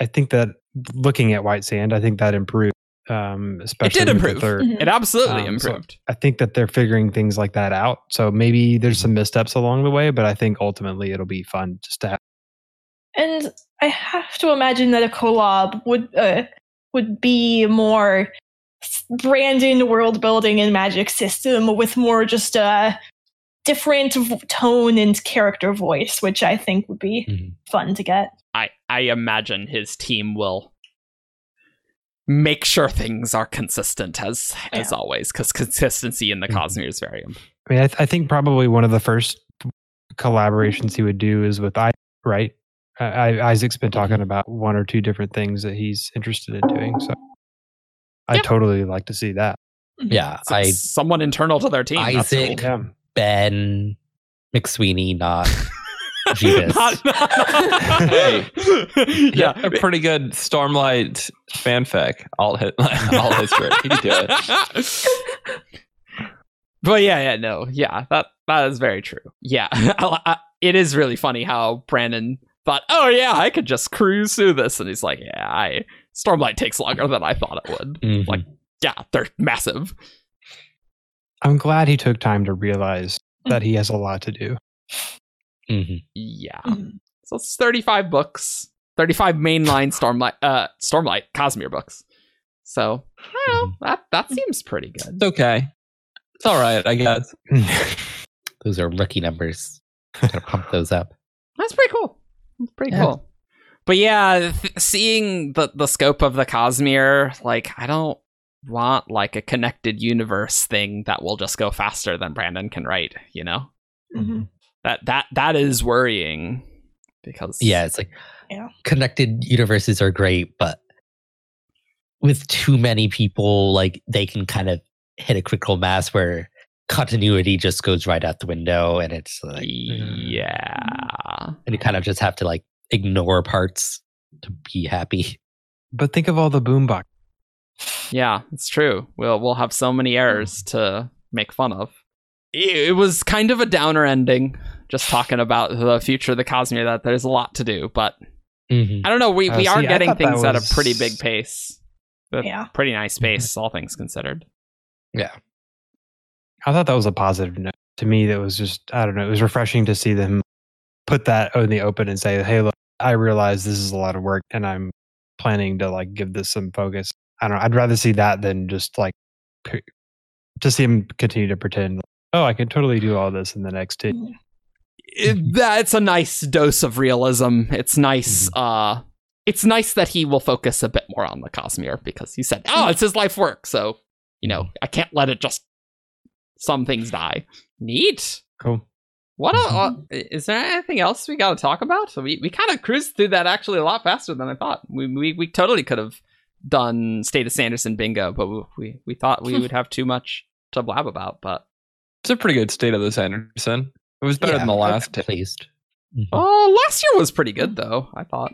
Speaker 4: I think that looking at White Sand, I think that improved. Um, especially with the
Speaker 1: improve.
Speaker 4: third.
Speaker 3: Mhm.
Speaker 1: it absolutely
Speaker 4: Um, so-
Speaker 1: improved.
Speaker 4: I think that they're figuring things like that out. So maybe there's some missteps along the way, but I think ultimately it'll be fun just to have.
Speaker 3: And I have to imagine that a collab would uh, would be more s- Brandon world building and magic system with more just a different v- tone and character voice, which I think would be
Speaker 2: Mhm.
Speaker 3: fun to get.
Speaker 1: I I imagine his team will make sure things are consistent as as always because consistency in the
Speaker 2: Mhm.
Speaker 1: Cosmere is very important.
Speaker 4: I mean, I, th- I think probably one of the first collaborations he would do is with I, right? I, I, Isaac's been talking about one or two different things that he's interested in doing. So I
Speaker 1: Yeah.
Speaker 4: totally like to see that.
Speaker 2: Yeah.
Speaker 1: It's
Speaker 2: I
Speaker 1: someone internal to their team. that's
Speaker 2: Isaac.
Speaker 4: Yeah.
Speaker 2: Ben McSweeney, not Jeebus.
Speaker 1: Not- not-
Speaker 5: Hey.
Speaker 1: yeah.
Speaker 5: a pretty good Stormlight fanfic. All hit, all history. He can do it.
Speaker 1: but yeah, yeah, no, yeah, that that is very true. Yeah, I, I, it is really funny how Brandon thought, oh yeah, I could just cruise through this, and he's like, yeah, I Stormlight takes longer than I thought it would.
Speaker 2: Mhm.
Speaker 1: Like- Yeah, they're massive.
Speaker 4: I'm glad he took time to realize that he has a lot to do.
Speaker 2: Mhm.
Speaker 1: Yeah, so it's thirty-five books, thirty-five mainline Stormlight, uh, Stormlight Cosmere books. So I don't know, that that seems pretty good.
Speaker 5: It's okay. It's all right, I guess.
Speaker 2: Those are rookie numbers. Gotta pump those up.
Speaker 1: That's pretty cool. That's pretty
Speaker 2: Yeah.
Speaker 1: cool. But yeah, th- seeing the the scope of the Cosmere, like I don't want like a connected universe thing that will just go faster than Brandon can write. You know
Speaker 3: Mhm.
Speaker 4: Mm-hmm.
Speaker 1: that that that is worrying because
Speaker 2: Yeah, it's like
Speaker 3: Yeah.
Speaker 2: connected universes are great, but with too many people, like they can kind of hit a critical mass where continuity just goes right out the window, and it's like
Speaker 1: yeah,
Speaker 2: and you kind of just have to like ignore parts to be happy.
Speaker 4: But think of all the boombox.
Speaker 1: yeah, it's true. We'll we'll have so many errors
Speaker 2: Hmm.
Speaker 1: to make fun of. It, it was kind of a downer ending. Just talking about the future of the Cosmere, that there's a lot to do, but
Speaker 2: Mm-hmm.
Speaker 1: I don't know. We,
Speaker 4: Uh,
Speaker 1: we
Speaker 4: see,
Speaker 1: are
Speaker 4: I
Speaker 1: getting
Speaker 4: thought that
Speaker 1: things at a
Speaker 4: was-
Speaker 1: pretty big pace. But
Speaker 3: Yeah.
Speaker 1: Pretty nice pace, all things considered.
Speaker 4: I thought that was a positive note. To me, that was just, I don't know, it was refreshing to see them put that in the open and say, hey, look, I realize this is a lot of work and I'm planning to like give this some focus. I don't know. I'd rather see that than just like c- to see him continue to pretend, oh, I can totally do all this in the next two.
Speaker 3: Mm-hmm.
Speaker 1: It, that's a nice dose of realism. It's nice. Uh, it's nice that he will focus a bit more on the Cosmere because he said, "Oh, it's his life work." So you know, I can't let it just some things die. Neat.
Speaker 4: Cool.
Speaker 1: What el- uh, is there anything else we got to talk about? We we kind of cruised through that actually a lot faster than I thought. We we, we totally could have done State of Sanderson bingo, but we we, we thought we would have too much to blab about. But
Speaker 5: It's a pretty good state of this Anderson. It was better than the last. T-
Speaker 2: pleased. Mhm.
Speaker 1: oh, last year was pretty good though. I thought.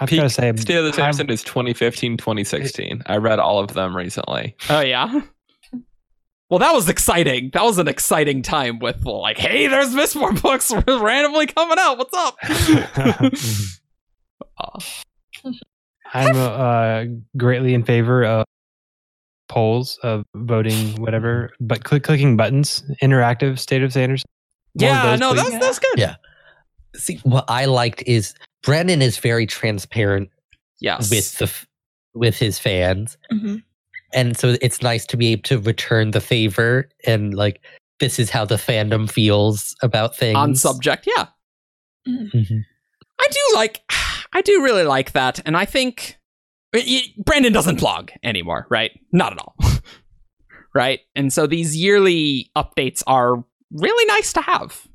Speaker 4: I've
Speaker 5: Peak
Speaker 4: got to say,
Speaker 5: state of this
Speaker 4: I'm-
Speaker 5: Anderson is 2015, 2016. I read all of them recently.
Speaker 1: Oh yeah. Well, that was exciting. That was an exciting time with like, hey, there's Mistborn books randomly coming out. What's up? Aw.
Speaker 4: I'm uh, greatly in favor of polls of voting, whatever, but click clicking buttons, interactive state of Sanderson. More of
Speaker 1: yeah,
Speaker 4: those,
Speaker 1: no,
Speaker 4: please.
Speaker 1: that's that's good.
Speaker 2: Yeah. See, what I liked is Brandon is very transparent
Speaker 1: Yes.
Speaker 2: with the f- with his fans,
Speaker 3: Mhm.
Speaker 2: and so it's nice to be able to return the favor and like this is how the fandom feels about things
Speaker 1: on subject, yeah.
Speaker 2: Mhm.
Speaker 1: I do like, I do really like that, and I think y- y- Brandon doesn't blog anymore, right? Not at all, right? And so these yearly updates are really nice to have.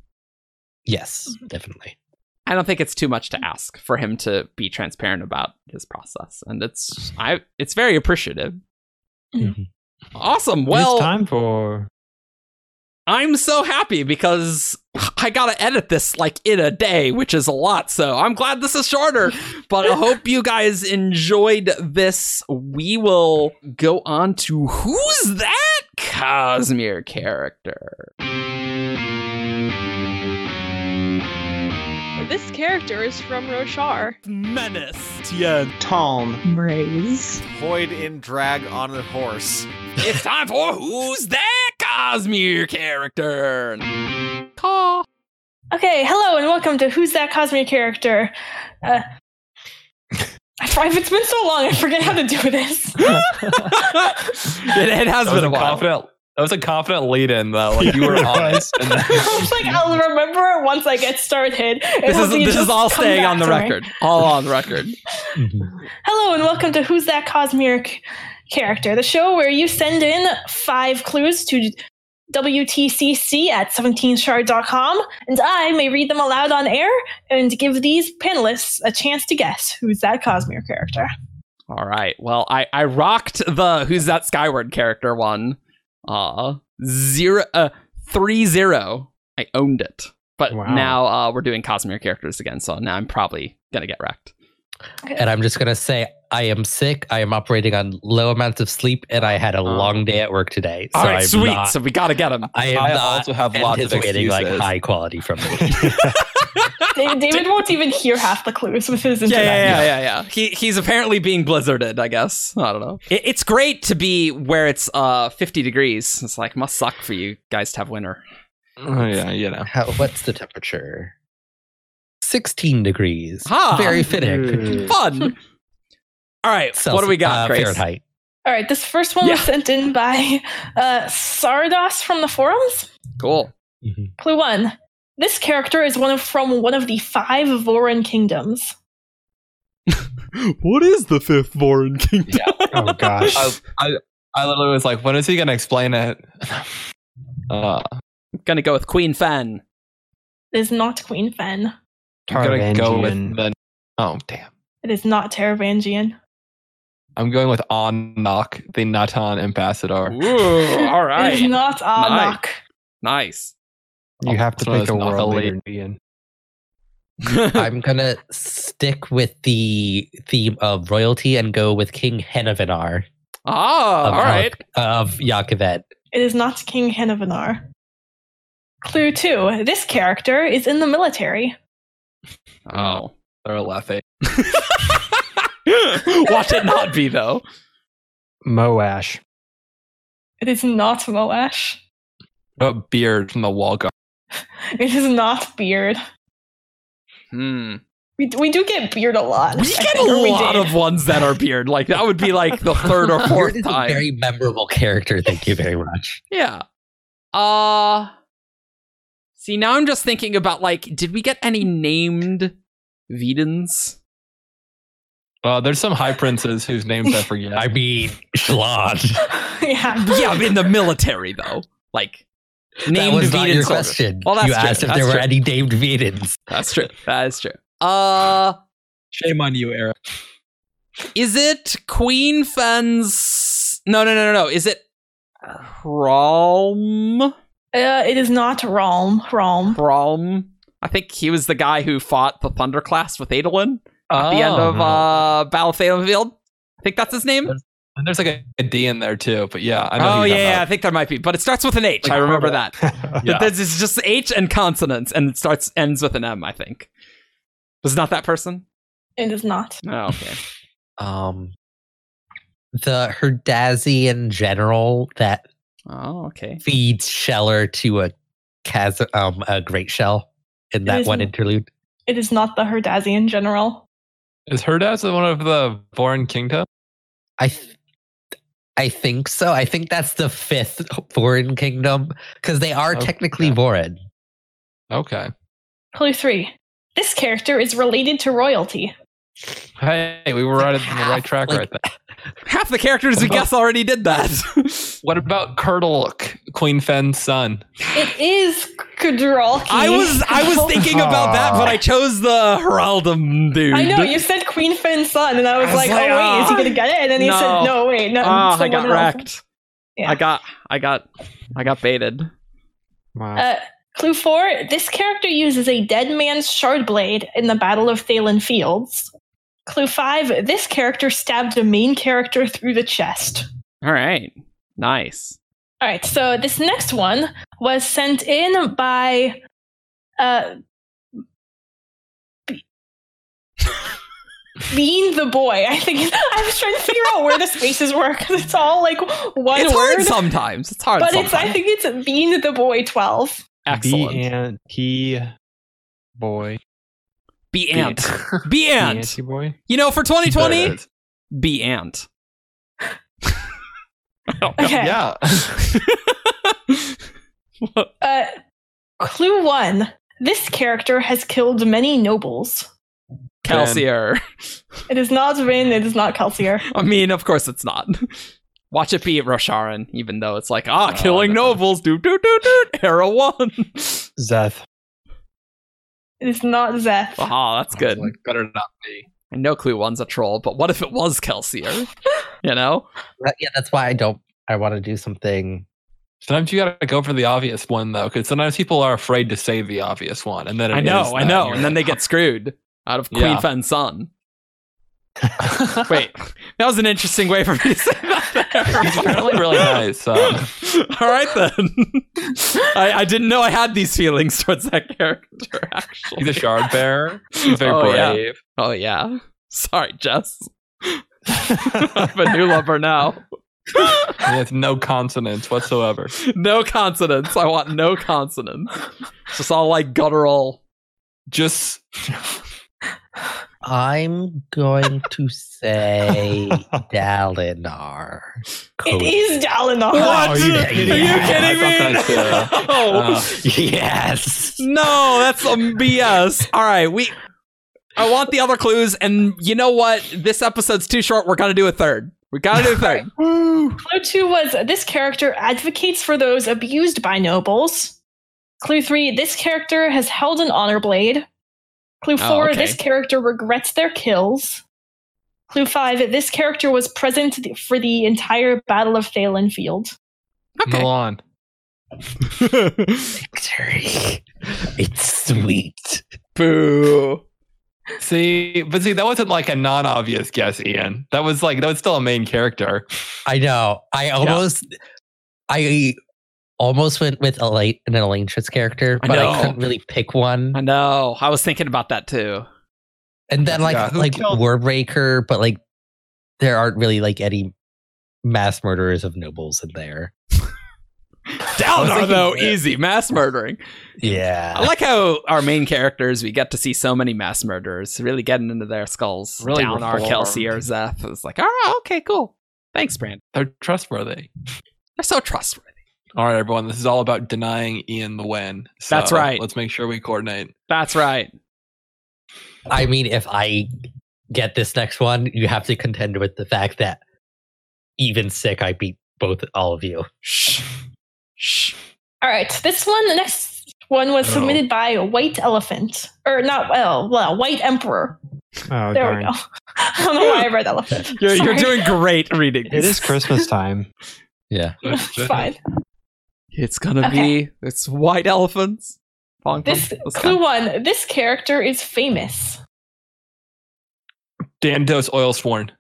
Speaker 2: Yes,
Speaker 1: Mm-hmm.
Speaker 2: definitely.
Speaker 1: I don't think it's too much to ask for him to be transparent about his process, and it's I it's very appreciative.
Speaker 2: Mhm.
Speaker 1: Awesome.
Speaker 4: it's
Speaker 1: Well,
Speaker 4: time for
Speaker 1: I'm so happy because I gotta edit this like in a day, which is a lot. So I'm glad this is shorter, but I hope you guys enjoyed this. We will go on to who's that Cosmere character?
Speaker 6: This character is from Roshar.
Speaker 1: Menace.
Speaker 7: Yeah, Tom.
Speaker 8: Braze.
Speaker 7: Void in drag on a horse.
Speaker 1: It's time for who's that Cosmere character? Caw.
Speaker 3: Okay, hello and welcome to Who's That Cosmic Character? Uh, I for- it's been so long, I forget how to do this.
Speaker 1: it, it has
Speaker 5: That was
Speaker 1: been
Speaker 5: a
Speaker 1: a while.
Speaker 5: confident. That was a confident lead in though. Like you were
Speaker 4: Yeah, it was.
Speaker 5: honest. And
Speaker 3: I was like, I'll remember it once I get started. and
Speaker 1: This is
Speaker 3: hopefully it
Speaker 1: this is
Speaker 3: just
Speaker 1: all
Speaker 3: come
Speaker 1: staying
Speaker 3: back
Speaker 1: on the
Speaker 3: to me.
Speaker 1: record. All on record.
Speaker 2: Mhm.
Speaker 3: Hello and welcome to Who's That Cosmere C- Character, the show where you send in five clues to WTCC at 17shard.com, and I may read them aloud on air and give these panelists a chance to guess who's that Cosmere character.
Speaker 1: All right. Well, I I rocked the who's that Skyward character one. Uh zero uh three zero. I owned it. But
Speaker 4: Wow.
Speaker 1: now uh, we're doing Cosmere characters again, so now I'm probably gonna get wrecked.
Speaker 2: And I'm just going to say, I am sick. I am operating on low amounts of sleep, and I had a long day at work today. So
Speaker 1: All right,
Speaker 2: I'm
Speaker 1: Oh. sweet.
Speaker 2: Not,
Speaker 1: so we gotta get him.
Speaker 2: I am
Speaker 5: I
Speaker 2: not
Speaker 5: also have lots of
Speaker 2: anticipating
Speaker 5: excuses.
Speaker 2: like high quality from me.
Speaker 3: Da- David won't even hear half the clues with his
Speaker 1: yeah,
Speaker 3: internet.
Speaker 1: yeah, yeah, yeah, yeah. He he's apparently being blizzarded. I guess I don't know. It, it's great to be where it's uh 50 degrees. It's like must suck for you guys to have winter.
Speaker 5: Oh, yeah, you know.
Speaker 2: How, what's the temperature? 16 degrees.
Speaker 1: Ah.
Speaker 2: Very fitting.
Speaker 1: Fun. All right, what Hmm. do we got,
Speaker 2: Uh,
Speaker 1: Grace?
Speaker 2: Fahrenheit.
Speaker 3: All right, this first one was
Speaker 1: Yeah.
Speaker 3: sent in by uh, Sardos from the forums.
Speaker 1: Cool.
Speaker 3: Clue one: This character is one of from one of the five Voron kingdoms.
Speaker 1: What is the fifth Voron kingdom?
Speaker 4: Oh gosh.
Speaker 5: I, I, I literally was like, when is he going to explain it? Uh,
Speaker 1: Gonna go with Queen Fan.
Speaker 3: It is not Queen Fen.
Speaker 5: I'm going to go with
Speaker 4: Tarvangian.
Speaker 5: the. Oh, damn.
Speaker 3: It is not Taravangian.
Speaker 5: I'm going with Anak, the Natan ambassador.
Speaker 1: Ooh, all
Speaker 3: It is not Anok.
Speaker 1: nice.
Speaker 4: you have to
Speaker 5: So
Speaker 4: pick
Speaker 5: it's
Speaker 4: a
Speaker 5: not
Speaker 4: world
Speaker 5: the
Speaker 4: leader
Speaker 5: lead.
Speaker 4: to be in.
Speaker 2: I'm going to stick with the theme of royalty and go with King Henevinar
Speaker 1: Ah,
Speaker 2: Of
Speaker 1: all right.
Speaker 2: of Yakovet.
Speaker 3: It is not King Henevinar. Clue two: This character is in the military.
Speaker 1: Oh.
Speaker 5: They're laughing.
Speaker 1: Watch it not be though.
Speaker 4: Moash.
Speaker 3: It is not Moash.
Speaker 5: What Oh, beard from the wall guard?
Speaker 3: It is not Beard.
Speaker 1: Hmm.
Speaker 3: We, we do get Beard a lot.
Speaker 1: We
Speaker 3: I
Speaker 1: get a
Speaker 3: think, or we
Speaker 1: lot
Speaker 3: did.
Speaker 1: of ones that are beard. Like that would be like the third or
Speaker 2: Beard
Speaker 1: fourth
Speaker 2: is a
Speaker 1: time.
Speaker 2: very memorable character. Thank you very much.
Speaker 1: Yeah. Uh See, now I'm just thinking about like did we get any named Vedans?
Speaker 5: Uh, there's some high princes whose names I forget.
Speaker 2: I mean, Shlon.
Speaker 3: yeah.
Speaker 1: Yeah, in the military though. Like named
Speaker 2: that was
Speaker 1: Vedans.
Speaker 2: not your
Speaker 1: soldiers.
Speaker 2: question.
Speaker 1: Well, that's
Speaker 2: you
Speaker 1: true.
Speaker 2: asked if
Speaker 1: that's
Speaker 2: there were
Speaker 1: true.
Speaker 2: any named Vedans.
Speaker 1: That's true. That is true. Uh
Speaker 5: Shame on you, Eric.
Speaker 1: Is it Queen Fen's? No, no, no, no, no. Is it Hrom?
Speaker 3: Uh, it is not Realm. Realm.
Speaker 1: Hrom? I think he was the guy who fought the Thunderclass with Adolin at the end of
Speaker 2: Oh.
Speaker 1: uh, Battle of Thalefield. I think that's his name.
Speaker 5: And there's like a, a D in there too, but yeah, I know.
Speaker 1: Oh
Speaker 5: who
Speaker 1: yeah,
Speaker 5: you're
Speaker 1: yeah, I
Speaker 5: talking
Speaker 1: think there might be, but it starts with an H. I
Speaker 5: Like
Speaker 1: remember
Speaker 5: Harbor.
Speaker 1: that.
Speaker 5: about. yeah.
Speaker 1: This is just H and consonants, and it starts ends with an M. I think. Was it not that person?
Speaker 3: It is not.
Speaker 1: Oh, okay.
Speaker 2: Um, the Herdazian general that
Speaker 1: Oh, okay.
Speaker 2: feeds Scheller to a chas- um a great shell in that
Speaker 3: is
Speaker 2: one
Speaker 3: n-
Speaker 2: interlude.
Speaker 3: It is not the Herdazian general.
Speaker 5: Is Herdas one of the Born Kingdom?
Speaker 2: I th- I think so. I think that's the fifth foreign kingdom because they are
Speaker 1: Oh,
Speaker 5: Okay.
Speaker 2: technically foreign.
Speaker 5: Okay.
Speaker 3: Clue three. This character is related to royalty.
Speaker 5: Hey, we were right on the right track
Speaker 2: Like-
Speaker 5: right there.
Speaker 1: Half the characters we guess already did that.
Speaker 5: What about Curdlock, Queen Fen's son?
Speaker 3: It is Kudrolki.
Speaker 1: I was I was thinking about that, but I chose the Heraldum dude.
Speaker 3: I know you said Queen Finn's son, and I was,
Speaker 1: I was
Speaker 3: like,
Speaker 1: like,
Speaker 3: "Oh wait, is he
Speaker 1: ah.
Speaker 3: gonna get it?" And then he
Speaker 1: No.
Speaker 3: said, "No, wait, no."
Speaker 1: Ah, I
Speaker 3: someone
Speaker 1: got
Speaker 3: else."
Speaker 1: wrecked.
Speaker 3: Yeah.
Speaker 1: I got I got I got baited.
Speaker 4: Wow.
Speaker 3: Uh, clue four: This character uses a dead man's shard blade in the Battle of Thalen Fields. Clue five: This character stabbed a main character through the chest.
Speaker 1: All right. Nice.
Speaker 3: All right, so this next one was sent in by. Uh, Be- Bean the boy. I think I was trying to figure out where the spaces were because it's all like one
Speaker 1: it's
Speaker 3: word.
Speaker 1: hard sometimes. It's hard
Speaker 3: but
Speaker 1: sometimes.
Speaker 3: it's I think it's Bean the boy twelve.
Speaker 1: Excellent.
Speaker 4: B and he boy.
Speaker 1: Be
Speaker 4: B-
Speaker 1: ant. Be ant.
Speaker 4: Yankee boy.
Speaker 1: You know, for
Speaker 5: There
Speaker 1: 2020,
Speaker 5: it is.
Speaker 1: be ant. I don't know.
Speaker 3: Okay.
Speaker 5: Yeah.
Speaker 3: Uh, clue one. This character has killed many nobles.
Speaker 1: Kelsier.
Speaker 3: It is not Rin. It is not Kelsier.
Speaker 1: I mean, of course it's not. Watch it be Rosharan, even though it's like, ah,
Speaker 5: Oh,
Speaker 1: killing
Speaker 5: no.
Speaker 1: nobles, doot doot doot doot, era one.
Speaker 4: Zeth.
Speaker 3: It is not Zeth.
Speaker 1: Aha, that's good.
Speaker 5: Like, better not be.
Speaker 1: I know Clue One's a troll, but what if it was Kelsier? you know?
Speaker 2: That- yeah, that's why I don't. I want to do something
Speaker 5: Sometimes you gotta go for the obvious one though, because sometimes people are afraid to say the obvious one, and then it
Speaker 1: I
Speaker 5: is
Speaker 1: know, I
Speaker 5: that,
Speaker 1: know.
Speaker 5: you're
Speaker 1: And then they
Speaker 5: like,
Speaker 1: get screwed out of Queen
Speaker 5: Yeah.
Speaker 1: Fan Sun. Wait, that was an interesting way for me to say
Speaker 5: He's
Speaker 1: that.
Speaker 5: apparently really nice. uh, So.
Speaker 1: There. All right then. I, I didn't know I had these feelings towards that character. Actually,
Speaker 5: He's a shard bearer. He's very
Speaker 1: Oh, yeah.
Speaker 5: brave.
Speaker 1: Oh yeah. Sorry, Jess. I have a new lover now.
Speaker 5: He has no consonants whatsoever.
Speaker 1: No consonants. I want no consonants. It's just all like guttural.
Speaker 5: Just
Speaker 2: I'm going to say Dalinar.
Speaker 3: It is Dalinar.
Speaker 1: What?
Speaker 2: you
Speaker 1: Are you
Speaker 2: kidding me?
Speaker 1: kidding
Speaker 5: I
Speaker 1: me?
Speaker 5: thought that's,
Speaker 1: No.
Speaker 5: uh, uh,
Speaker 2: Yes.
Speaker 1: Oh. No, that's some BS. All right, we. I want the other clues, and you know what? This episode's too short. We're gonna do a third. We gotta do a third.
Speaker 3: Clue two was uh, this character advocates for those abused by nobles. Clue three, this character has held an honor blade. Clue
Speaker 1: Oh,
Speaker 3: four,
Speaker 1: okay.
Speaker 3: this character regrets their kills. Clue five, this character was present th- for the entire Battle of Phelan Field.
Speaker 1: Okay.
Speaker 5: Milan.
Speaker 2: Victory. It's sweet.
Speaker 1: Boo.
Speaker 5: See, but see, that wasn't like a non-obvious guess, Ian. That was like that was still a main character.
Speaker 2: I know. I almost, I almost went with Elaine, an Elaine's character,
Speaker 1: I
Speaker 2: but I
Speaker 1: know.
Speaker 2: couldn't really pick one.
Speaker 1: I know. I was thinking about that too.
Speaker 2: And then like
Speaker 5: Yeah, who
Speaker 2: like
Speaker 5: killed-
Speaker 2: Warbreaker, but like there aren't really like any mass murderers of nobles in there.
Speaker 5: was
Speaker 1: Downer
Speaker 5: thinking
Speaker 1: though,
Speaker 5: that-
Speaker 1: easy mass murdering. I
Speaker 2: Yeah.
Speaker 1: like how our main characters we get to see so many mass murderers, really getting into their skulls.
Speaker 5: Really
Speaker 1: Downer,
Speaker 5: reformed.
Speaker 1: Kelsey, or Zeth. It's like, all right, okay, cool. Thanks, Brand.
Speaker 5: They're trustworthy.
Speaker 1: They're so trustworthy.
Speaker 5: All right, everyone. This is all about denying Ian the win. So
Speaker 1: That's right.
Speaker 5: Let's make sure we coordinate.
Speaker 1: That's right.
Speaker 2: I mean, if I get this next one, you have to contend with the fact that even sick, I beat both all of you.
Speaker 1: Shh. Shh.
Speaker 3: All right, this one, the next one was
Speaker 5: Oh.
Speaker 3: submitted by White Elephant. Or not, well, well White Emperor.
Speaker 4: Oh,
Speaker 3: there
Speaker 4: darn.
Speaker 3: we go. I don't know why I read elephant.
Speaker 1: You're, you're
Speaker 3: Sorry.
Speaker 1: doing great reading.
Speaker 4: It
Speaker 1: these.
Speaker 4: is Christmas time.
Speaker 2: Yeah.
Speaker 3: Fine.
Speaker 1: It's gonna
Speaker 3: Okay.
Speaker 1: be it's white elephants. Falling from
Speaker 3: This
Speaker 1: the sky.
Speaker 3: clue one, this character is famous.
Speaker 5: Dandos oil sworn.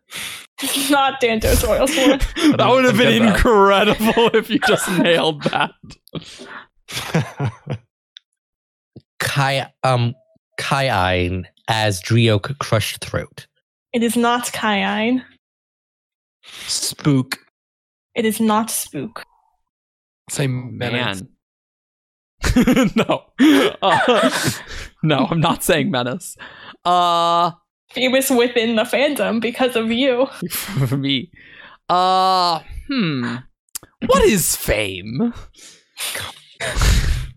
Speaker 3: It's not Dantos Oilsworn.
Speaker 1: that would have been
Speaker 5: Forget that.
Speaker 1: incredible if you just nailed that.
Speaker 2: Kai um Kaiine as Drioc Crushed Throat.
Speaker 3: It is not Kaiine.
Speaker 5: Spook.
Speaker 3: It is not Spook.
Speaker 5: Say menace.
Speaker 1: no. Uh, no, I'm not saying menace. Uh
Speaker 3: Famous within the fandom because of you.
Speaker 1: for me. Uh hmm. What is fame?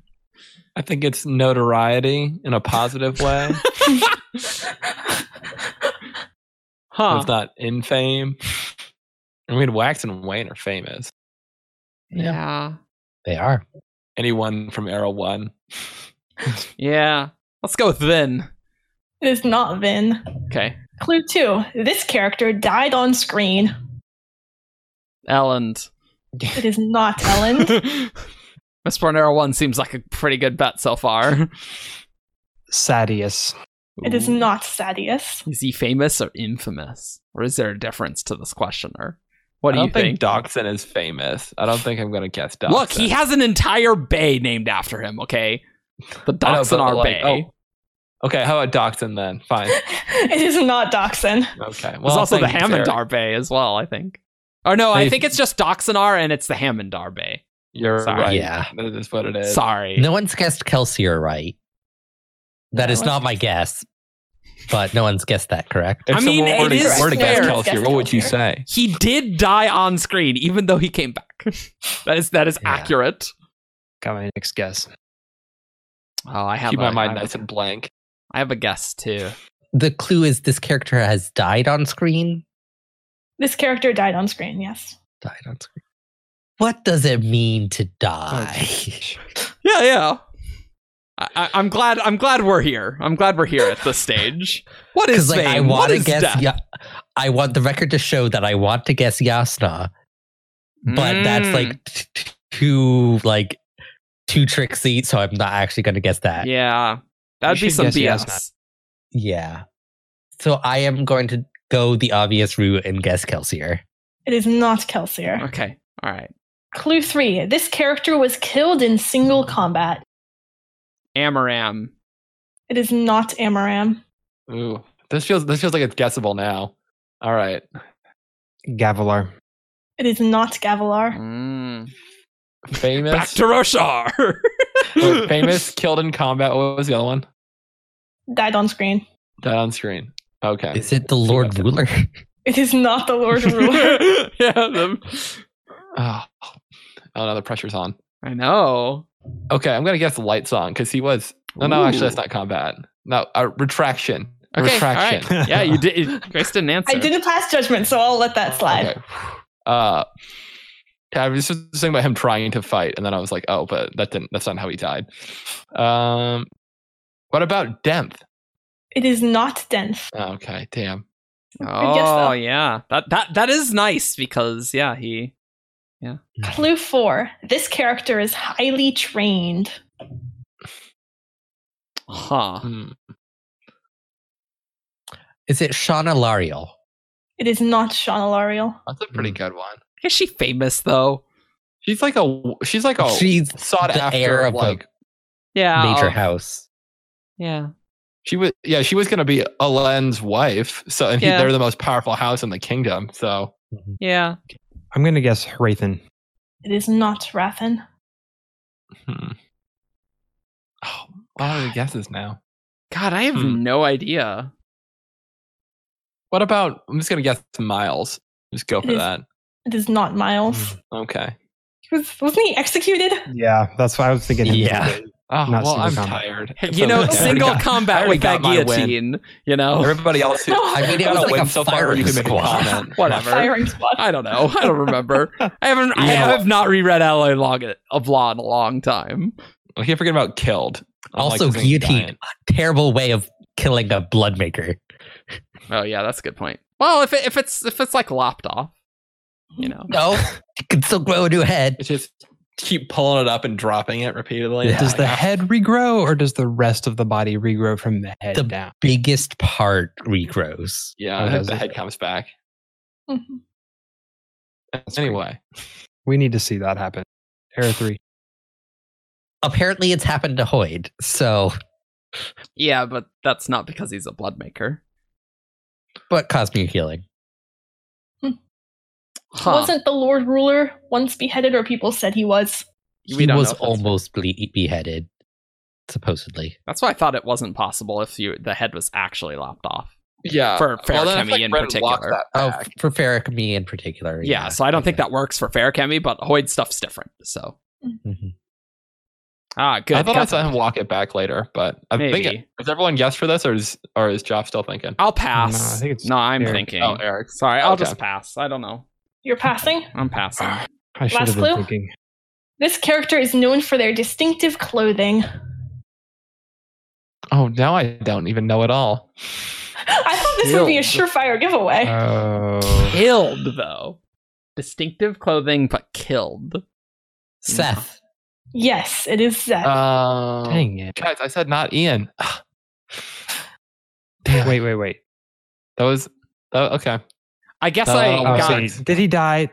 Speaker 5: I think it's notoriety in a positive way.
Speaker 1: Huh.
Speaker 5: It's not in fame. I mean, Wax and Wayne are famous.
Speaker 1: Yeah.
Speaker 2: They are.
Speaker 5: Anyone from Arrow One?
Speaker 1: Yeah. Let's go with Vin.
Speaker 3: It is not Vin.
Speaker 1: Okay.
Speaker 3: Clue two, this character died on screen.
Speaker 1: Elland.
Speaker 3: It is not Ellen.
Speaker 1: Miss Bornero 1 seems like a pretty good bet so far.
Speaker 4: Sadius.
Speaker 3: it is not Sadius.
Speaker 1: Is he famous or infamous? Or is there a difference to this questioner? What
Speaker 5: I
Speaker 1: do
Speaker 5: don't
Speaker 1: you think?
Speaker 5: Dachshund is famous. I don't think I'm gonna guess Dachshund.
Speaker 1: Look, he has an entire bay named after him, okay? The
Speaker 5: I know, but,
Speaker 1: Dachshund are
Speaker 5: like,
Speaker 1: Bay.
Speaker 5: oh. Okay, how about Dachshund then? Fine.
Speaker 3: it is not Doxon.
Speaker 5: Okay. Well,
Speaker 1: There's also the
Speaker 5: thank you, Sarah.
Speaker 1: Hammondar Bay as well, I think. Or no, I
Speaker 5: Hey.
Speaker 1: think it's just Dachshinar and it's the Hammondar Bay.
Speaker 5: You're
Speaker 1: Sorry.
Speaker 5: right.
Speaker 2: Yeah.
Speaker 5: That is what it is.
Speaker 1: Sorry.
Speaker 2: No one's guessed Kelsier right. That
Speaker 1: No
Speaker 2: is not my guess. But no one's guessed that, correct?
Speaker 5: If
Speaker 1: I mean,
Speaker 5: someone were
Speaker 1: it
Speaker 5: to,
Speaker 1: is
Speaker 5: were to guess
Speaker 1: fair.
Speaker 5: Kelsey, what would you
Speaker 3: Guess
Speaker 5: say?
Speaker 1: He did die on screen, even though he came back. that is that is
Speaker 2: Yeah.
Speaker 1: accurate.
Speaker 4: Got my next guess.
Speaker 1: Oh, I have
Speaker 5: Keep
Speaker 1: a,
Speaker 5: my mind
Speaker 1: I have a-
Speaker 5: nice and blank.
Speaker 1: I have a guess too.
Speaker 2: the clue is this character has died on screen.
Speaker 3: This character died on screen, yes.
Speaker 2: Died on screen. What does it mean to die?
Speaker 1: Yeah, yeah. I, I, I'm glad. I'm glad we're here. I'm glad we're here at this stage. What is
Speaker 2: Because like I
Speaker 1: fame? What
Speaker 2: want to
Speaker 1: is
Speaker 2: guess.
Speaker 1: death?
Speaker 2: Ya- I want the record to show that I want to guess Yasna, but that's
Speaker 1: Mm.
Speaker 2: like t- t- too like too tricksy, so I'm not actually gonna guess that.
Speaker 1: Mm. Yeah. That'd
Speaker 4: You
Speaker 1: be
Speaker 4: should
Speaker 1: some
Speaker 4: guess
Speaker 1: BS.
Speaker 4: yes,
Speaker 2: Yeah. So I am going to go the obvious route and guess Kelsier.
Speaker 3: It is not Kelsier.
Speaker 1: okay. All right.
Speaker 3: Clue three this character was killed in single combat.
Speaker 1: Amaram.
Speaker 3: It is not Amaram.
Speaker 5: Ooh, this feels this feels like it's guessable now. All right,
Speaker 4: Gavilar.
Speaker 3: It is not Gavilar.
Speaker 1: Mm.
Speaker 5: famous,
Speaker 1: Back to Roshar.
Speaker 5: wait, famous, killed in combat. What was the other one?
Speaker 3: Died on screen.
Speaker 5: Died on screen. Okay,
Speaker 2: Is it the Lord Ruler?
Speaker 3: It is not the Lord Ruler.
Speaker 1: yeah, them.
Speaker 5: oh, oh no, the pressure's on.
Speaker 1: I know.
Speaker 5: Okay, I'm gonna guess light song because he was. No, no, actually, that's
Speaker 1: Ooh.
Speaker 5: not combat. No, uh, retraction.
Speaker 1: Okay,
Speaker 5: retraction.
Speaker 1: all right. Yeah, you did. you- Grace didn't answer.
Speaker 3: I didn't pass judgment, so I'll let that slide.
Speaker 5: Okay. Uh, I was just thinking about him trying to fight, and then I was like, oh, but that didn't. That's not how he died. Um, what about Demth?
Speaker 3: It is not Denf.
Speaker 5: Oh, okay, damn.
Speaker 1: Oh,
Speaker 3: guess, though.
Speaker 1: yeah. That that that is nice because yeah, he. Mm.
Speaker 3: Clue four this character is highly trained.
Speaker 1: Huh.
Speaker 5: Hmm.
Speaker 2: Is it Shauna Lariel?
Speaker 3: It is not Shauna Lariel.
Speaker 5: That's a pretty
Speaker 2: Hmm.
Speaker 5: good one.
Speaker 1: Is she famous though?
Speaker 5: She's like a. She's like a.
Speaker 2: She's
Speaker 5: sought
Speaker 2: the
Speaker 5: after.
Speaker 2: heir of a
Speaker 5: like
Speaker 1: Yeah.
Speaker 2: major
Speaker 1: oh,
Speaker 2: house.
Speaker 1: Yeah.
Speaker 5: she was. Yeah, she was gonna be Alen's wife. So and he,
Speaker 1: Yeah.
Speaker 5: they're the most powerful house in the kingdom. So
Speaker 1: Yeah.
Speaker 4: I'm gonna guess Wraithen.
Speaker 3: It is not Rathan.
Speaker 5: hmm. oh, a lot of the guesses now.
Speaker 1: God, I have
Speaker 5: Hmm.
Speaker 1: no idea.
Speaker 5: What about? I'm just gonna guess Miles. Just go for
Speaker 3: It is-
Speaker 5: that.
Speaker 3: It is not
Speaker 1: Mm.
Speaker 3: Miles.
Speaker 5: Okay.
Speaker 3: Was, wasn't he executed?
Speaker 4: Yeah, that's what I was thinking.
Speaker 2: Yeah.
Speaker 5: Oh,
Speaker 4: Not
Speaker 5: well,
Speaker 4: single
Speaker 5: I'm
Speaker 4: combat.
Speaker 5: tired.
Speaker 1: You know, single Oh. combat
Speaker 5: already
Speaker 1: with that
Speaker 5: got my win.
Speaker 1: guillotine. You know.
Speaker 5: Everybody else. Who,
Speaker 3: I
Speaker 2: mean, it
Speaker 5: Gotta
Speaker 2: was like
Speaker 5: win
Speaker 2: a
Speaker 5: or you
Speaker 2: firing
Speaker 5: can make a
Speaker 2: squad.
Speaker 5: comment.
Speaker 1: Whatever.
Speaker 3: Firing squad.
Speaker 1: I don't know. I don't remember. I haven't. I
Speaker 5: You know-
Speaker 1: have not reread Ally Long of Law in a long time.
Speaker 5: I can't forget about killed. I'm like,
Speaker 2: also,
Speaker 5: this thing's
Speaker 2: guillotine.
Speaker 5: giant.
Speaker 2: A terrible way of killing a bloodmaker.
Speaker 1: Oh yeah, that's a good point. Well, if it, if it's if it's like lopped off, you know.
Speaker 2: No, it can still grow a new head.
Speaker 5: It's just keep pulling it up and dropping it repeatedly.
Speaker 2: Yeah.
Speaker 4: Does the head regrow or does the rest of the body regrow from the head
Speaker 2: The-
Speaker 4: down?
Speaker 2: Biggest part regrows.
Speaker 5: Yeah,
Speaker 4: Oh,
Speaker 5: I hope
Speaker 4: does
Speaker 5: the
Speaker 4: it?
Speaker 5: head comes back.
Speaker 3: Mhm.
Speaker 5: anyway,
Speaker 4: We need to see that happen. Era three.
Speaker 2: Apparently, it's happened to Hoyd. So,
Speaker 1: Yeah, but that's not because he's a bloodmaker.
Speaker 2: but cosmic healing.
Speaker 1: Huh.
Speaker 3: Wasn't the Lord Ruler once beheaded, or people said he was?
Speaker 1: We
Speaker 2: He
Speaker 1: don't know
Speaker 2: was
Speaker 1: if that's-
Speaker 2: almost ble- beheaded, supposedly.
Speaker 1: That's why I thought it wasn't possible if you the head was actually lopped off
Speaker 5: yeah.
Speaker 1: for
Speaker 5: Uh, Well,
Speaker 1: Farrakemi
Speaker 5: then I feel like
Speaker 1: in
Speaker 5: Red locked
Speaker 1: particular.
Speaker 5: that
Speaker 2: Oh,
Speaker 5: back.
Speaker 2: f- for Farrakh, me in particular.
Speaker 1: Yeah, so I don't think that works for Farrakemi, but Hoyd stuff's different. So
Speaker 4: Mm-hmm.
Speaker 2: Mhm.
Speaker 1: ah, good.
Speaker 5: I thought I
Speaker 1: Got
Speaker 5: saw
Speaker 1: that.
Speaker 5: him walk it back later, but I
Speaker 1: Maybe. Oh,
Speaker 5: think it, has everyone guessed for this, or is or is Joff still thinking?
Speaker 1: I'll pass. No,
Speaker 4: No, I think it's
Speaker 1: I'm
Speaker 4: Eric.
Speaker 1: thinking.
Speaker 5: Oh, Eric.
Speaker 1: Sorry, I'll
Speaker 5: Okay.
Speaker 1: just pass. I don't know.
Speaker 3: You're passing.
Speaker 1: I'm passing.
Speaker 4: I should
Speaker 3: Last
Speaker 4: have been
Speaker 3: clue?
Speaker 4: thinking.
Speaker 3: This character is known for their distinctive clothing.
Speaker 5: Oh, now I don't even know at all.
Speaker 3: I thought this would be a
Speaker 1: Killed.
Speaker 3: surefire giveaway.
Speaker 1: Uh,
Speaker 4: Oh,
Speaker 1: killed though. Distinctive clothing, but killed.
Speaker 2: Seth.
Speaker 3: yes, it is Zeth.
Speaker 5: Um,
Speaker 4: dang it!
Speaker 5: guys, I said not Ian. Ah,
Speaker 4: Wait, wait, wait.
Speaker 5: That was oh, okay.
Speaker 1: I guess
Speaker 5: Uh,
Speaker 1: I
Speaker 5: Oh,
Speaker 4: Oh,
Speaker 1: got.
Speaker 5: God.
Speaker 4: see, did he die?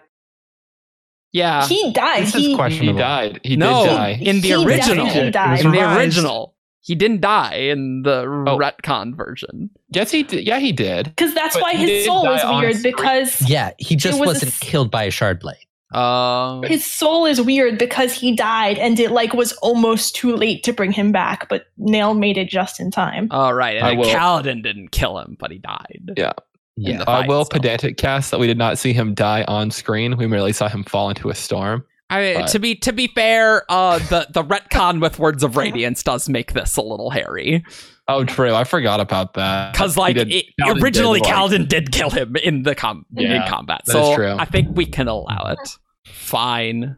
Speaker 1: Yeah.
Speaker 3: he died.
Speaker 4: This is
Speaker 3: Uh, He,
Speaker 5: He
Speaker 4: questionable.
Speaker 5: died. He
Speaker 1: No.
Speaker 5: did die.
Speaker 1: in the
Speaker 3: he
Speaker 1: original.
Speaker 3: definitely
Speaker 4: It
Speaker 3: died.
Speaker 4: was
Speaker 1: in the
Speaker 4: Rise.
Speaker 1: original. He didn't die in the
Speaker 5: Oh.
Speaker 1: retcon version.
Speaker 5: Yes, he did. Yeah, he did.
Speaker 3: Because that's
Speaker 5: But
Speaker 3: why
Speaker 5: he
Speaker 3: his
Speaker 5: did
Speaker 3: soul
Speaker 5: die
Speaker 3: is
Speaker 5: on
Speaker 3: weird.
Speaker 5: screen.
Speaker 3: Because
Speaker 2: Yeah, he just
Speaker 3: was a
Speaker 2: was not
Speaker 3: s-
Speaker 2: killed by a shard blade.
Speaker 1: Um,
Speaker 3: his soul is weird because he died, and it like was almost too late to bring him back. But Nail made it just in time.
Speaker 1: all right, and
Speaker 5: I
Speaker 1: then
Speaker 5: will-
Speaker 1: Kaladin didn't kill him, but he died.
Speaker 5: Yeah.
Speaker 1: in
Speaker 2: Yeah.
Speaker 1: the
Speaker 5: I
Speaker 1: fight,
Speaker 5: will
Speaker 1: so.
Speaker 5: pedantic cast that we did not see him die on screen. We merely saw him fall into a storm.
Speaker 1: I mean,
Speaker 5: but-
Speaker 1: to be to be fair, uh, the the retcon with Words of Radiance does make this a little hairy
Speaker 5: Oh, true. I forgot about that.
Speaker 1: because like
Speaker 5: He did-
Speaker 1: it,
Speaker 5: Kaladin did,
Speaker 1: originally
Speaker 5: like-
Speaker 1: Kaladin did kill him in the com- in
Speaker 5: Yeah,
Speaker 1: combat,
Speaker 5: that is
Speaker 1: so
Speaker 5: true.
Speaker 1: I think we can allow it. Fine.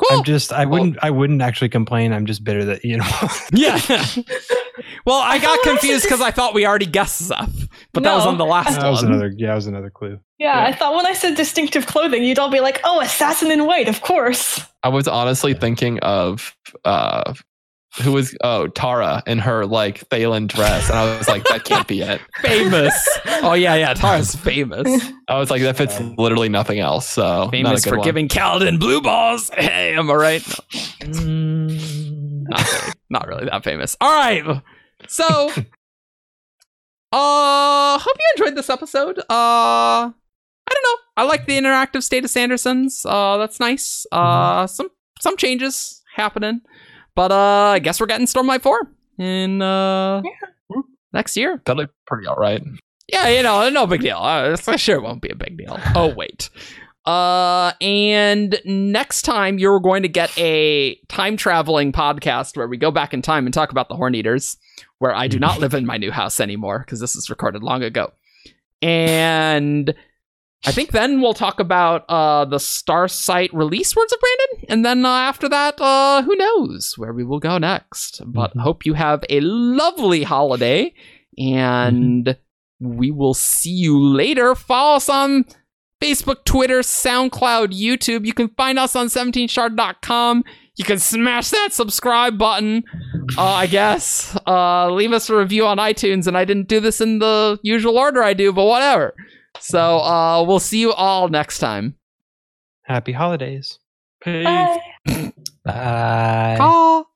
Speaker 1: Cool.
Speaker 4: I'm just I
Speaker 1: Well-
Speaker 4: wouldn't I wouldn't actually complain. I'm just bitter that you know
Speaker 1: yeah. well, I got
Speaker 3: thought I said
Speaker 1: confused because
Speaker 3: this-
Speaker 1: I thought we already guessed stuff, but that was
Speaker 3: No.
Speaker 1: on the last
Speaker 4: that was
Speaker 1: one.
Speaker 4: another yeah, that was another clue.
Speaker 3: Yeah,
Speaker 5: Yeah.
Speaker 3: I thought when I said distinctive clothing, you'd all be like, "Oh, assassin in white, of course."
Speaker 5: I was honestly thinking of uh who was oh Tara in her like Thalen dress, and I was like, that can't be it.
Speaker 1: famous. Oh yeah, yeah. Tara's famous.
Speaker 5: I was like, that fits literally nothing else. So
Speaker 1: famous for giving Kaladin blue balls. Hey, am I right? not really, not really that famous. All right. So uh hope you enjoyed this episode. Uh I don't know. I like the interactive state of Sanderson's. Uh that's nice. Uh some some changes happening. But uh I guess we're getting Stormlight 4 in uh next year.
Speaker 5: That looked pretty all right.
Speaker 1: Yeah, you know, no big deal. Uh, it's- sure it won't be a big deal. Oh wait. Uh and next time you're going to get a time traveling podcast where we go back in time and talk about the horn eaters, where I do not live in my new house anymore because this is recorded long ago. And I think then we'll talk about uh the Star Sight release words of Brandon and then uh, after that uh who knows where we will go next. But
Speaker 2: Mhm.
Speaker 1: hope you have a lovely holiday and we will see you later. Follow us on Facebook, Twitter, SoundCloud, YouTube. You can find us on 17shard.com. You can smash that subscribe button, uh, I guess. Uh, leave us a review on iTunes. And I didn't do this in the usual order I do, but whatever. So uh, we'll see you all next time.
Speaker 4: Happy holidays.
Speaker 3: Bye.
Speaker 2: Bye.
Speaker 1: Call.